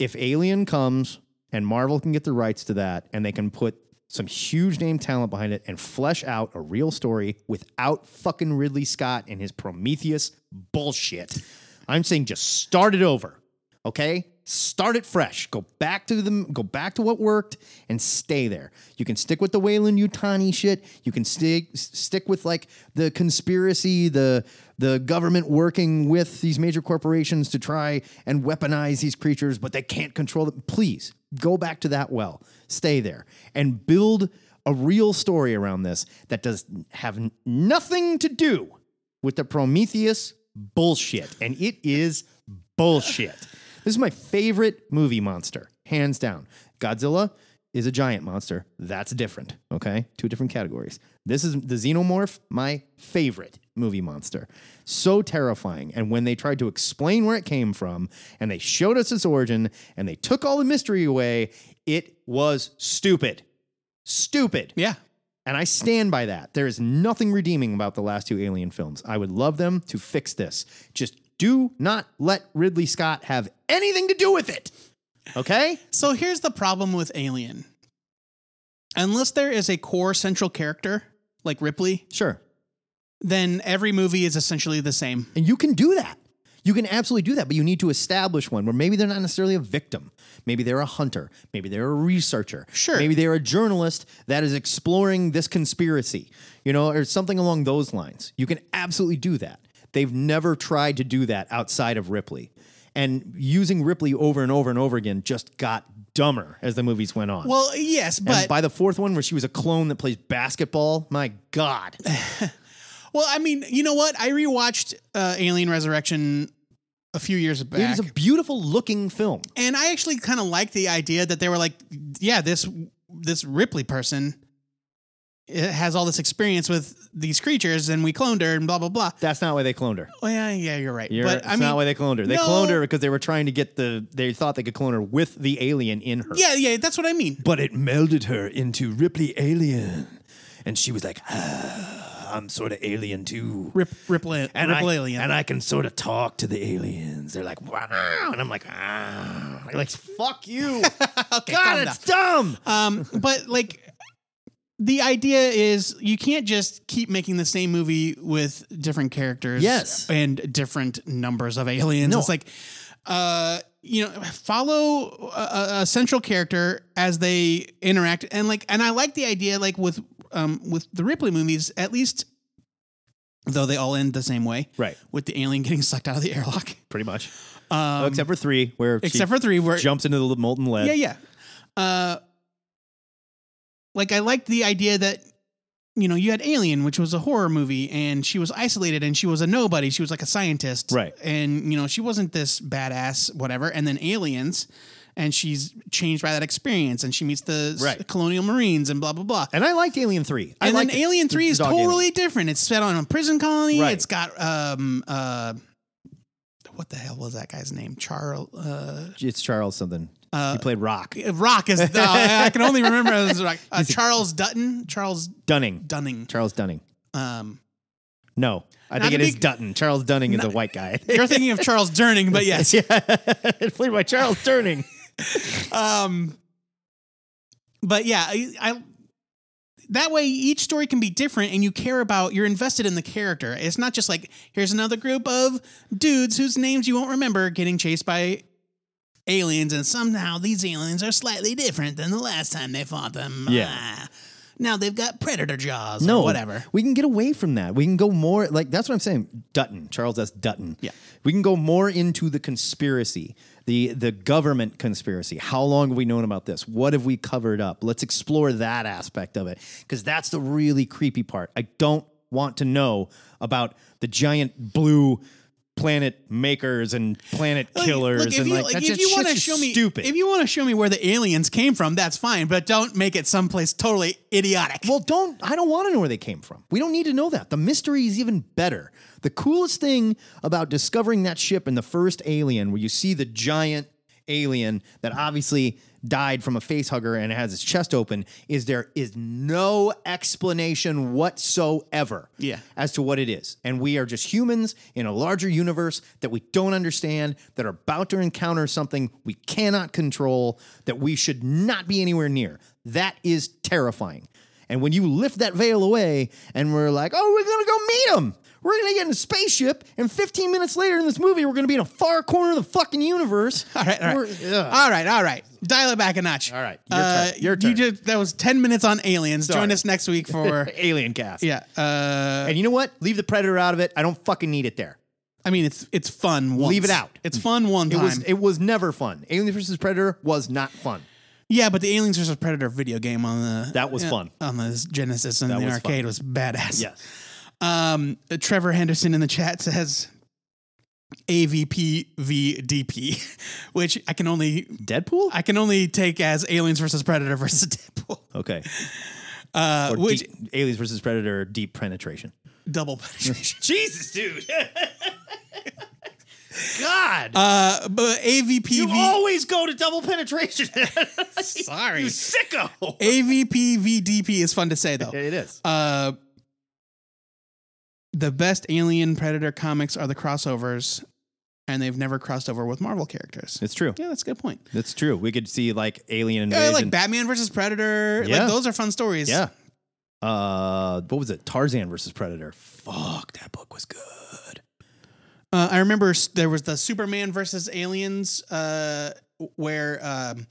[SPEAKER 4] if Alien comes and Marvel can get the rights to that and they can put some huge name talent behind it and flesh out a real story without fucking Ridley Scott and his Prometheus bullshit, I'm saying just start it over. Okay? Start it fresh. Go back to them, go back to what worked and stay there. You can stick with the Wayland Utani shit. You can stick stick with like the conspiracy, the the government working with these major corporations to try and weaponize these creatures, but they can't control them. Please go back to that well. Stay there and build a real story around this that does have n- nothing to do with the Prometheus bullshit. And it is bullshit. This is my favorite movie monster, hands down. Godzilla is a giant monster. That's different. Okay. Two different categories. This is the xenomorph, my favorite movie monster. So terrifying. And when they tried to explain where it came from and they showed us its origin and they took all the mystery away, it was stupid. Stupid.
[SPEAKER 5] Yeah.
[SPEAKER 4] And I stand by that. There is nothing redeeming about the last two Alien films. I would love them to fix this. Just do not let Ridley Scott have anything to do with it. Okay?
[SPEAKER 5] So here's the problem with Alien. Unless there is a core central character like Ripley,
[SPEAKER 4] sure.
[SPEAKER 5] Then every movie is essentially the same.
[SPEAKER 4] And you can do that. You can absolutely do that, but you need to establish one where maybe they're not necessarily a victim. Maybe they're a hunter. Maybe they're a researcher.
[SPEAKER 5] Sure.
[SPEAKER 4] Maybe they're a journalist that is exploring this conspiracy, you know, or something along those lines. You can absolutely do that. They've never tried to do that outside of Ripley. And using Ripley over and over and over again just got dumber as the movies went on.
[SPEAKER 5] Well, yes, but
[SPEAKER 4] and by the fourth one, where she was a clone that plays basketball, my
[SPEAKER 5] [laughs]
[SPEAKER 4] God.
[SPEAKER 5] well, I mean, you know what? I rewatched uh, Alien Resurrection a few years back.
[SPEAKER 4] It is a beautiful looking film.
[SPEAKER 5] and I actually kind of like the idea that they were like, yeah, this this Ripley person it has all this experience with these creatures, and we cloned her, and blah blah blah.
[SPEAKER 4] That's not why they cloned her.
[SPEAKER 5] Oh yeah, yeah, you're right.
[SPEAKER 4] You're,
[SPEAKER 5] but
[SPEAKER 4] it's
[SPEAKER 5] I mean,
[SPEAKER 4] not why they cloned her. They
[SPEAKER 5] no.
[SPEAKER 4] cloned her because they were trying to get the. They thought they could clone her with the alien in her.
[SPEAKER 5] Yeah, yeah, that's what I mean.
[SPEAKER 4] But it melded her into Ripley Alien, and she was like, ah, "I'm sort of alien too."
[SPEAKER 5] Rip, Ripley,
[SPEAKER 4] and
[SPEAKER 5] Ripple
[SPEAKER 4] I,
[SPEAKER 5] Alien,
[SPEAKER 4] and I can sort of talk to the aliens. They're like, wow, and I'm like, ah, like fuck [laughs] you. God,
[SPEAKER 5] calm
[SPEAKER 4] it's dumb.
[SPEAKER 5] Um, but like the idea is you can't just keep making the same movie with different characters
[SPEAKER 4] Yes.
[SPEAKER 5] and different numbers of aliens.
[SPEAKER 4] No.
[SPEAKER 5] It's like uh you know follow a, a- a central character as they interact and like and I like the idea like with um with the Ripley movies at least though they all end the same way.
[SPEAKER 4] Right.
[SPEAKER 5] With the alien getting sucked out of the airlock.
[SPEAKER 4] Pretty much,
[SPEAKER 5] Um
[SPEAKER 4] Oh, except for three, where she
[SPEAKER 5] except for 3 where
[SPEAKER 4] jumps into the molten lead.
[SPEAKER 5] yeah, yeah. Uh, like I liked the idea that you know you had Alien, which was a horror movie, and she was isolated and she was a nobody. She was like a scientist,
[SPEAKER 4] Right.
[SPEAKER 5] And you know she wasn't this badass, whatever. And then Aliens, and she's changed by that experience, and she meets the s-
[SPEAKER 4] Right.
[SPEAKER 5] Colonial Marines and blah blah blah.
[SPEAKER 4] And I liked Alien Three. I
[SPEAKER 5] And then
[SPEAKER 4] liked it.
[SPEAKER 5] Alien
[SPEAKER 4] The
[SPEAKER 5] Three is
[SPEAKER 4] dog
[SPEAKER 5] totally
[SPEAKER 4] alien.
[SPEAKER 5] different. It's set on a prison colony.
[SPEAKER 4] Right.
[SPEAKER 5] It's got um uh, what the hell was that guy's name? Charles. Uh,
[SPEAKER 4] It's Charles something.
[SPEAKER 5] Uh,
[SPEAKER 4] he played Rock.
[SPEAKER 5] Rock is uh, I can only remember it was
[SPEAKER 4] [laughs]
[SPEAKER 5] Rock. Uh, Charles Dutton, Charles
[SPEAKER 4] Dunning.
[SPEAKER 5] Dunning.
[SPEAKER 4] Charles Dunning.
[SPEAKER 5] Um,
[SPEAKER 4] No, I
[SPEAKER 5] Not
[SPEAKER 4] think
[SPEAKER 5] to
[SPEAKER 4] it is
[SPEAKER 5] be-
[SPEAKER 4] Dutton. Charles Dunning is a white guy.
[SPEAKER 5] [laughs]
[SPEAKER 4] [laughs]
[SPEAKER 5] you're thinking of Charles Durning, but yes,
[SPEAKER 4] yeah, [laughs] played by Charles Durning.
[SPEAKER 5] [laughs] um, but yeah, I, I that way each story can be different, and you care about you're invested in the character. It's not just like here's another group of dudes whose names you won't remember getting chased by aliens, and somehow these aliens are slightly different than the last time they fought them.
[SPEAKER 4] Yeah.
[SPEAKER 5] Ah. Now they've got predator jaws.
[SPEAKER 4] No,
[SPEAKER 5] or whatever.
[SPEAKER 4] We can get away from that. We can go more like that's what I'm saying. Dutton, Charles S. Dutton. Yeah, we can go more into the conspiracy, the the government conspiracy. How long have we known about this? What have we covered up? Let's explore that aspect of it because that's the really creepy part. I don't want to know about the giant blue planet makers and planet killers
[SPEAKER 5] Look, if
[SPEAKER 4] and
[SPEAKER 5] you,
[SPEAKER 4] like,
[SPEAKER 5] like,
[SPEAKER 4] that's
[SPEAKER 5] if
[SPEAKER 4] just,
[SPEAKER 5] you want to
[SPEAKER 4] shit's just
[SPEAKER 5] show me,
[SPEAKER 4] stupid.
[SPEAKER 5] if you want to show me where the aliens came from, that's fine. But don't make it someplace totally idiotic.
[SPEAKER 4] Well, don't. I don't want to know where they came from. We don't need to know that. The mystery is even better. The coolest thing about discovering that ship in the first Alien, where you see the giant alien that obviously died from a face hugger and has its chest open, is there is no explanation whatsoever
[SPEAKER 5] Yeah.
[SPEAKER 4] as to what it is. And we are just humans in a larger universe that we don't understand, that are about to encounter something we cannot control, that we should not be anywhere near. That is terrifying. And when you lift that veil away and we're like, oh, we're going to go meet them. We're going to get in a spaceship. And 15 minutes later in this movie, we're going to be in a far corner of the fucking universe.
[SPEAKER 5] [laughs] All right, all right, all right, all right. Dial it back a notch. All right,
[SPEAKER 4] your turn, your
[SPEAKER 5] You just, that was ten minutes on aliens.
[SPEAKER 4] Sorry.
[SPEAKER 5] Join us next
[SPEAKER 4] [laughs]
[SPEAKER 5] week for
[SPEAKER 4] Alien Cast.
[SPEAKER 5] Yeah, uh,
[SPEAKER 4] and you know what? Leave the predator out of it. I don't fucking need it there.
[SPEAKER 5] I mean, it's it's fun. Once.
[SPEAKER 4] Leave it out.
[SPEAKER 5] It's fun one
[SPEAKER 4] It
[SPEAKER 5] time.
[SPEAKER 4] was it was never fun. Alien versus Predator was not fun.
[SPEAKER 5] yeah, but the aliens versus predator video game on the
[SPEAKER 4] That was
[SPEAKER 5] yeah,
[SPEAKER 4] fun.
[SPEAKER 5] on the Genesis and
[SPEAKER 4] That
[SPEAKER 5] the
[SPEAKER 4] was
[SPEAKER 5] arcade
[SPEAKER 4] fun.
[SPEAKER 5] was badass.
[SPEAKER 4] Yes.
[SPEAKER 5] Um, uh, Trevor Henderson in the chat says AVPVDP, [laughs] which I can only
[SPEAKER 4] Deadpool.
[SPEAKER 5] I can only take as Aliens versus Predator versus Deadpool.
[SPEAKER 4] Okay.
[SPEAKER 5] Uh,
[SPEAKER 4] Or
[SPEAKER 5] which
[SPEAKER 4] deep- Aliens versus Predator deep penetration.
[SPEAKER 5] double
[SPEAKER 4] [laughs]
[SPEAKER 5] penetration. [laughs]
[SPEAKER 4] Jesus, dude. [laughs] God.
[SPEAKER 5] Uh, but AVPV.
[SPEAKER 4] You always go to double penetration. [laughs] Sorry. You sicko.
[SPEAKER 5] AVPVDP is fun to say though.
[SPEAKER 4] [laughs] It is.
[SPEAKER 5] Uh, the best Alien Predator comics are the crossovers, and they've never crossed over with Marvel characters.
[SPEAKER 4] It's true.
[SPEAKER 5] Yeah, that's a good point.
[SPEAKER 4] That's true. We could see like Alien
[SPEAKER 5] Yeah,
[SPEAKER 4] Invasion.
[SPEAKER 5] like Batman versus Predator.
[SPEAKER 4] Yeah.
[SPEAKER 5] Like those are fun stories.
[SPEAKER 4] Yeah. Uh, what was it? Tarzan versus Predator. Fuck, that book was good.
[SPEAKER 5] Uh, I remember s- there was the Superman versus Aliens, uh, where um,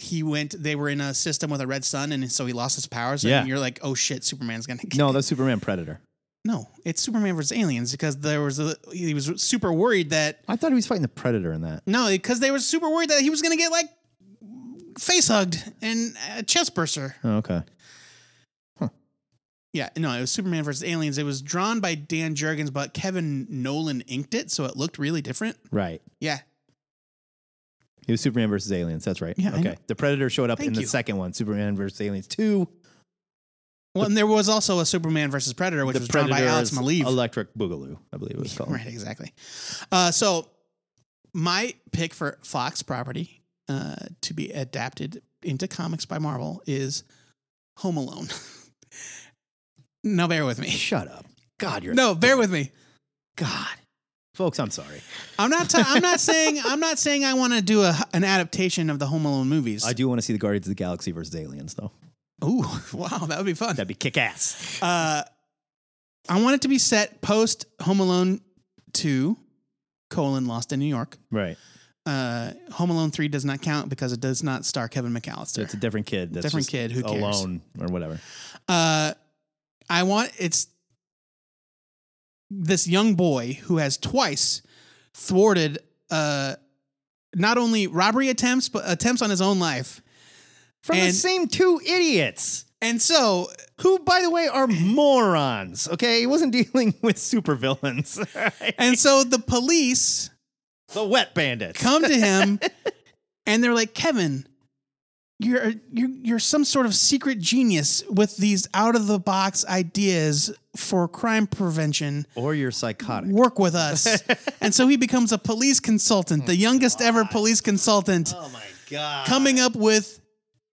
[SPEAKER 5] he went. They were in a system with a red sun, and so he lost his powers.
[SPEAKER 4] Yeah.
[SPEAKER 5] and you're like, oh shit, Superman's gonna. Get [laughs]
[SPEAKER 4] No, that's Superman Predator.
[SPEAKER 5] no, it's Superman versus Aliens because there was a he was super worried that
[SPEAKER 4] I thought he was fighting the Predator in that.
[SPEAKER 5] no because they were super worried that he was gonna get like face hugged and uh, a chest burster.
[SPEAKER 4] Oh, okay.
[SPEAKER 5] Yeah, no, it was Superman versus Aliens. It was drawn by Dan Jurgens, but Kevin Nolan inked it, so it looked really different.
[SPEAKER 4] Right.
[SPEAKER 5] Yeah,
[SPEAKER 4] It was Superman versus Aliens. That's right.
[SPEAKER 5] Yeah, I know.
[SPEAKER 4] Okay. The Predator showed up
[SPEAKER 5] Thank
[SPEAKER 4] in the
[SPEAKER 5] you.
[SPEAKER 4] second one, Superman versus Aliens 2.
[SPEAKER 5] Well, and there was also a Superman versus Predator, which
[SPEAKER 4] the
[SPEAKER 5] was drawn by Alex
[SPEAKER 4] Predator's
[SPEAKER 5] Maleev.
[SPEAKER 4] Electric Boogaloo, I believe
[SPEAKER 5] [laughs]
[SPEAKER 4] it was called.
[SPEAKER 5] right, exactly. Uh, so, my pick for Fox property uh, to be adapted into comics by Marvel is Home Alone. [laughs] now, bear with me.
[SPEAKER 4] Shut up, God! You're
[SPEAKER 5] no, bear with me.
[SPEAKER 4] God, folks. I'm sorry.
[SPEAKER 5] I'm not. i
[SPEAKER 4] [laughs]
[SPEAKER 5] I'm not saying. I'm not saying I want to do a, an adaptation of the Home Alone movies.
[SPEAKER 4] I do want to see the Guardians of the Galaxy versus Aliens, though.
[SPEAKER 5] Ooh, [laughs] wow, that would be fun.
[SPEAKER 4] That'd be kick ass.
[SPEAKER 5] Uh, I want it to be set post Home Alone two, colon Lost in New York.
[SPEAKER 4] Right.
[SPEAKER 5] uh, Home Alone three does not count because it does not star Kevin McAllister.
[SPEAKER 4] It's a different kid. That's
[SPEAKER 5] Different
[SPEAKER 4] just
[SPEAKER 5] kid, who cares?
[SPEAKER 4] Alone or whatever.
[SPEAKER 5] uh, I want it's this young boy who has twice thwarted uh, not only robbery attempts but attempts on his own life.
[SPEAKER 4] From the
[SPEAKER 5] And-
[SPEAKER 4] same two idiots.
[SPEAKER 5] And so,
[SPEAKER 4] Who, by the way, are morons? Okay, he wasn't [laughs] dealing with supervillains.
[SPEAKER 5] and so the police
[SPEAKER 4] the wet bandits.
[SPEAKER 5] come to him and they're like, Kevin, you're you're you're some sort of secret genius with these out of the box ideas for crime prevention.
[SPEAKER 4] or you're psychotic.
[SPEAKER 5] Work with us. and so he becomes a police consultant, the youngest ever police consultant,
[SPEAKER 4] Oh my god.
[SPEAKER 5] coming up with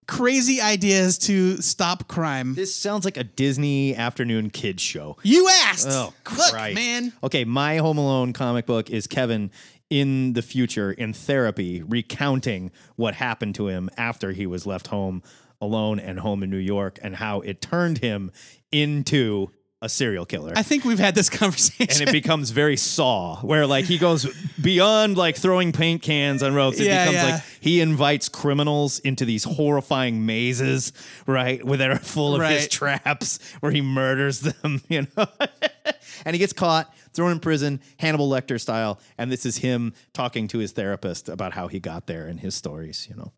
[SPEAKER 5] crazy ideas to stop crime.
[SPEAKER 4] This sounds like a Disney afternoon kids show.
[SPEAKER 5] you asked.
[SPEAKER 4] Oh,
[SPEAKER 5] Look,
[SPEAKER 4] Christ.
[SPEAKER 5] man.
[SPEAKER 4] Okay, my Home Alone comic book is Kevin in the future in therapy recounting what happened to him after he was left home alone and home in New York and how it turned him into a a serial killer.
[SPEAKER 5] I think we've had this [laughs] conversation.
[SPEAKER 4] and it becomes very Saw, where like he goes beyond like throwing paint cans on ropes. It
[SPEAKER 5] Yeah,
[SPEAKER 4] becomes
[SPEAKER 5] yeah.
[SPEAKER 4] like he invites criminals into these horrifying mazes, right? Where they're full of his
[SPEAKER 5] Right.
[SPEAKER 4] traps, where he [laughs] murders them, you know. and he gets caught, thrown in prison, Hannibal Lecter style. And this is him talking to his therapist about how he got there and his stories, you know.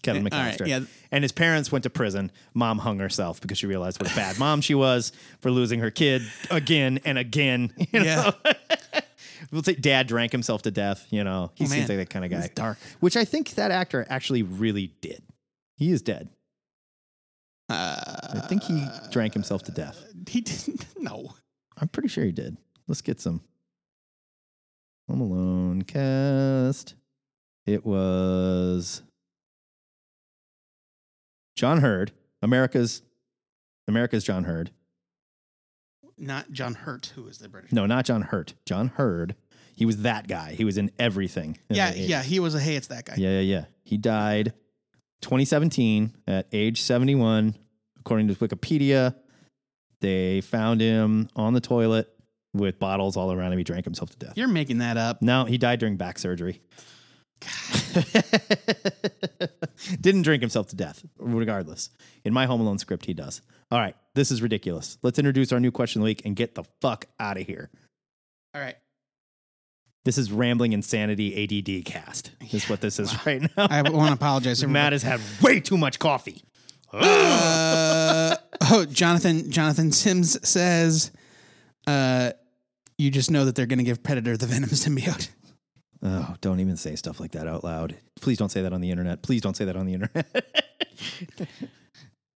[SPEAKER 4] Kevin
[SPEAKER 5] Yeah, Eh, all right,
[SPEAKER 4] McAllister.
[SPEAKER 5] yeah.
[SPEAKER 4] And his parents went to prison. Mom hung herself because she realized what a bad mom she was for losing her kid again and again. [laughs] You know? we'll say dad drank himself to death. You know, he
[SPEAKER 5] Oh,
[SPEAKER 4] seems
[SPEAKER 5] man.
[SPEAKER 4] like that kind of
[SPEAKER 5] That's
[SPEAKER 4] guy. Dark. Which I think that actor actually really did. He is dead. I think he drank himself to death.
[SPEAKER 5] Uh, He didn't. [laughs] No.
[SPEAKER 4] I'm pretty sure he did. Let's get some Home Alone cast. It was John Hurd, America's America's John Hurd.
[SPEAKER 5] Not John Hurt, who is the British.
[SPEAKER 4] No, not John Hurt. John Hurd. He was that guy. He was in everything. in
[SPEAKER 5] Yeah,
[SPEAKER 4] the 80s.
[SPEAKER 5] yeah. He was a hey, it's that guy.
[SPEAKER 4] Yeah, yeah, yeah. He died 2017 at age 71, according to Wikipedia. They found him on the toilet with bottles all around him. He drank himself to death.
[SPEAKER 5] You're making that up.
[SPEAKER 4] No, he died during back surgery. [laughs] Didn't drink himself to death, regardless. In my Home Alone script, he does. All right, this is ridiculous. Let's introduce our new question of the week and get the fuck out of here.
[SPEAKER 5] All right.
[SPEAKER 4] This is rambling insanity ADD cast. Is what this is right now.
[SPEAKER 5] I want to apologize.
[SPEAKER 4] [laughs] Matt has had way too much coffee.
[SPEAKER 5] Uh, oh, Jonathan Jonathan Sims says, uh, "You just know that they're going to give Predator the Venom symbiote."
[SPEAKER 4] Oh, don't even say stuff like that out loud. Please don't say that on the internet. Please don't say that on the internet. [laughs]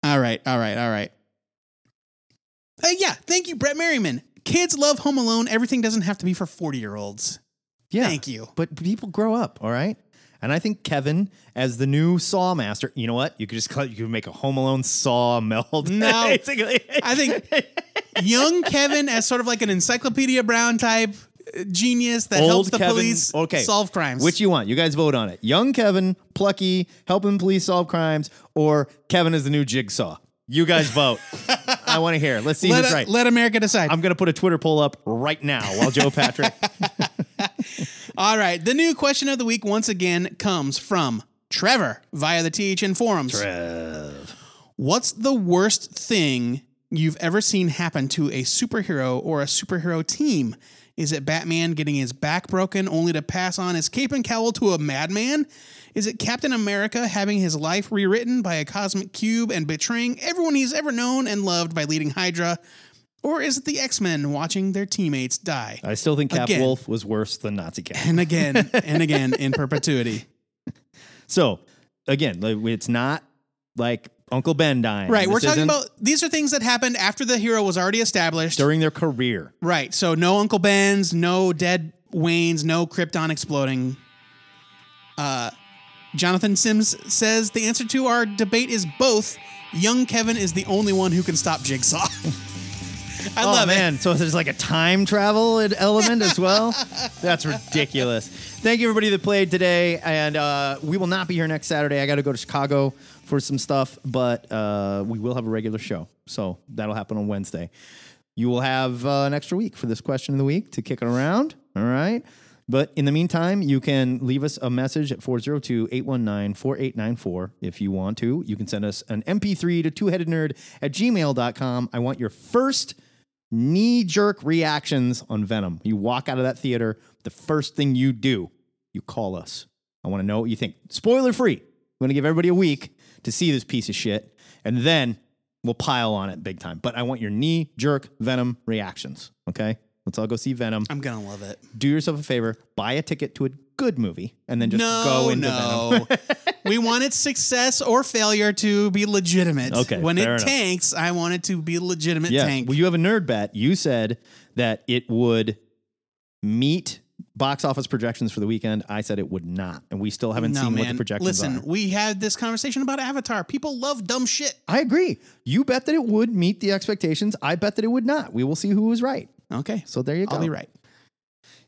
[SPEAKER 5] All right, all right, all right. Uh, yeah, thank you, Brett Merriman. Kids love Home Alone. Everything doesn't have to be for forty-year-olds.
[SPEAKER 4] Yeah.
[SPEAKER 5] Thank you.
[SPEAKER 4] But people grow up, all right? And I think Kevin, as the new Saw master, you know what? You could just call, you could make a Home Alone Saw meld.
[SPEAKER 5] No.
[SPEAKER 4] [laughs] It's like-
[SPEAKER 5] I think young Kevin, as sort of like an Encyclopedia Brown type uh, genius that helps the police solve crimes.
[SPEAKER 4] Which you want? You guys vote on it. Young Kevin, plucky, helping police solve crimes, or Kevin is the new Jigsaw. You guys
[SPEAKER 5] [laughs]
[SPEAKER 4] vote. I want to hear. Let's see
[SPEAKER 5] let,
[SPEAKER 4] who's
[SPEAKER 5] a-
[SPEAKER 4] right.
[SPEAKER 5] let America decide.
[SPEAKER 4] I'm gonna put a Twitter poll up right now while
[SPEAKER 5] [laughs]
[SPEAKER 4] Joe Patrick.
[SPEAKER 5] All right. The new question of the week once again comes from Trevor via the THN forums.
[SPEAKER 4] Trev.
[SPEAKER 5] What's the worst thing you've ever seen happen to a superhero or a superhero team? Is it Batman getting his back broken only to pass on his cape and cowl to a madman? Is it Captain America having his life rewritten by a cosmic cube and betraying everyone he's ever known and loved by leading Hydra? Or is it the X Men watching their teammates die?
[SPEAKER 4] I still think Cap
[SPEAKER 5] Again.
[SPEAKER 4] Wolf was worse than Nazi Cap.
[SPEAKER 5] and again and again in perpetuity.
[SPEAKER 4] [laughs] So again, like, it's not like Uncle Ben dying.
[SPEAKER 5] Right, we're
[SPEAKER 4] This
[SPEAKER 5] talking
[SPEAKER 4] isn't
[SPEAKER 5] about these are things that happened after the hero was already established.
[SPEAKER 4] during their career.
[SPEAKER 5] Right, so no Uncle Ben's, no dead Wayne's, no Krypton exploding. Uh, Jonathan Sims says the answer to our debate is both. Young Kevin is the only one who can stop Jigsaw. I
[SPEAKER 4] oh,
[SPEAKER 5] love it.
[SPEAKER 4] man. So there's like a time travel ed- element
[SPEAKER 5] [laughs]
[SPEAKER 4] as well. That's ridiculous. Thank you everybody that played today, and uh, we will not be here next Saturday. I got to go to Chicago for some stuff, but uh, we will have a regular show. So that'll happen on Wednesday. You will have uh, an extra week for this question of the week to kick it around. All right. But in the meantime, you can leave us a message at 402 819 4894 if you want to. You can send us an MP3 to two headed nerd at gmail.com. I want your first knee jerk reactions on Venom. You walk out of that theater, the first thing you do, you call us. I want to know what you think. Spoiler free. I'm going to give everybody a week to see this piece of shit, and then we'll pile on it big time. But I want your knee jerk Venom reactions. Okay? Let's all go see Venom.
[SPEAKER 5] I'm gonna love it.
[SPEAKER 4] Do yourself a favor, buy a ticket to a good movie, [laughs] and then just
[SPEAKER 5] no,
[SPEAKER 4] go into
[SPEAKER 5] [laughs]
[SPEAKER 4] Venom.
[SPEAKER 5] no. we want its success or failure to be legitimate.
[SPEAKER 4] Okay,
[SPEAKER 5] when it
[SPEAKER 4] fair enough.
[SPEAKER 5] tanks, I want it to be a legitimate
[SPEAKER 4] Yeah.
[SPEAKER 5] tank.
[SPEAKER 4] Well, you have a nerd bet. You said that it would meet box office projections for the weekend. I said it would not, and we still haven't seen what the projections
[SPEAKER 5] Listen,
[SPEAKER 4] are.
[SPEAKER 5] we had this conversation about Avatar. People love dumb shit.
[SPEAKER 4] I agree. You bet that it would meet the expectations. I bet that it would not. We will see who was right.
[SPEAKER 5] Okay.
[SPEAKER 4] So there you go.
[SPEAKER 5] I'll be right.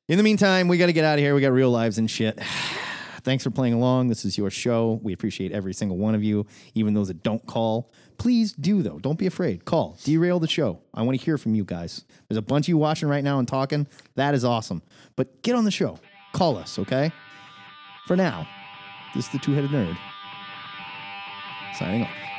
[SPEAKER 4] In the meantime, we got to get out of here. We got real lives and shit. [sighs] Thanks for playing along. This is your show. We appreciate every single one of you, even those that don't call. Please do, though. Don't be afraid. Call. Derail the show. I want to hear from you guys. There's a bunch of you watching right now and talking. That is awesome. But get on the show. Call us, okay? For now, this is the Two Headed Nerd signing off.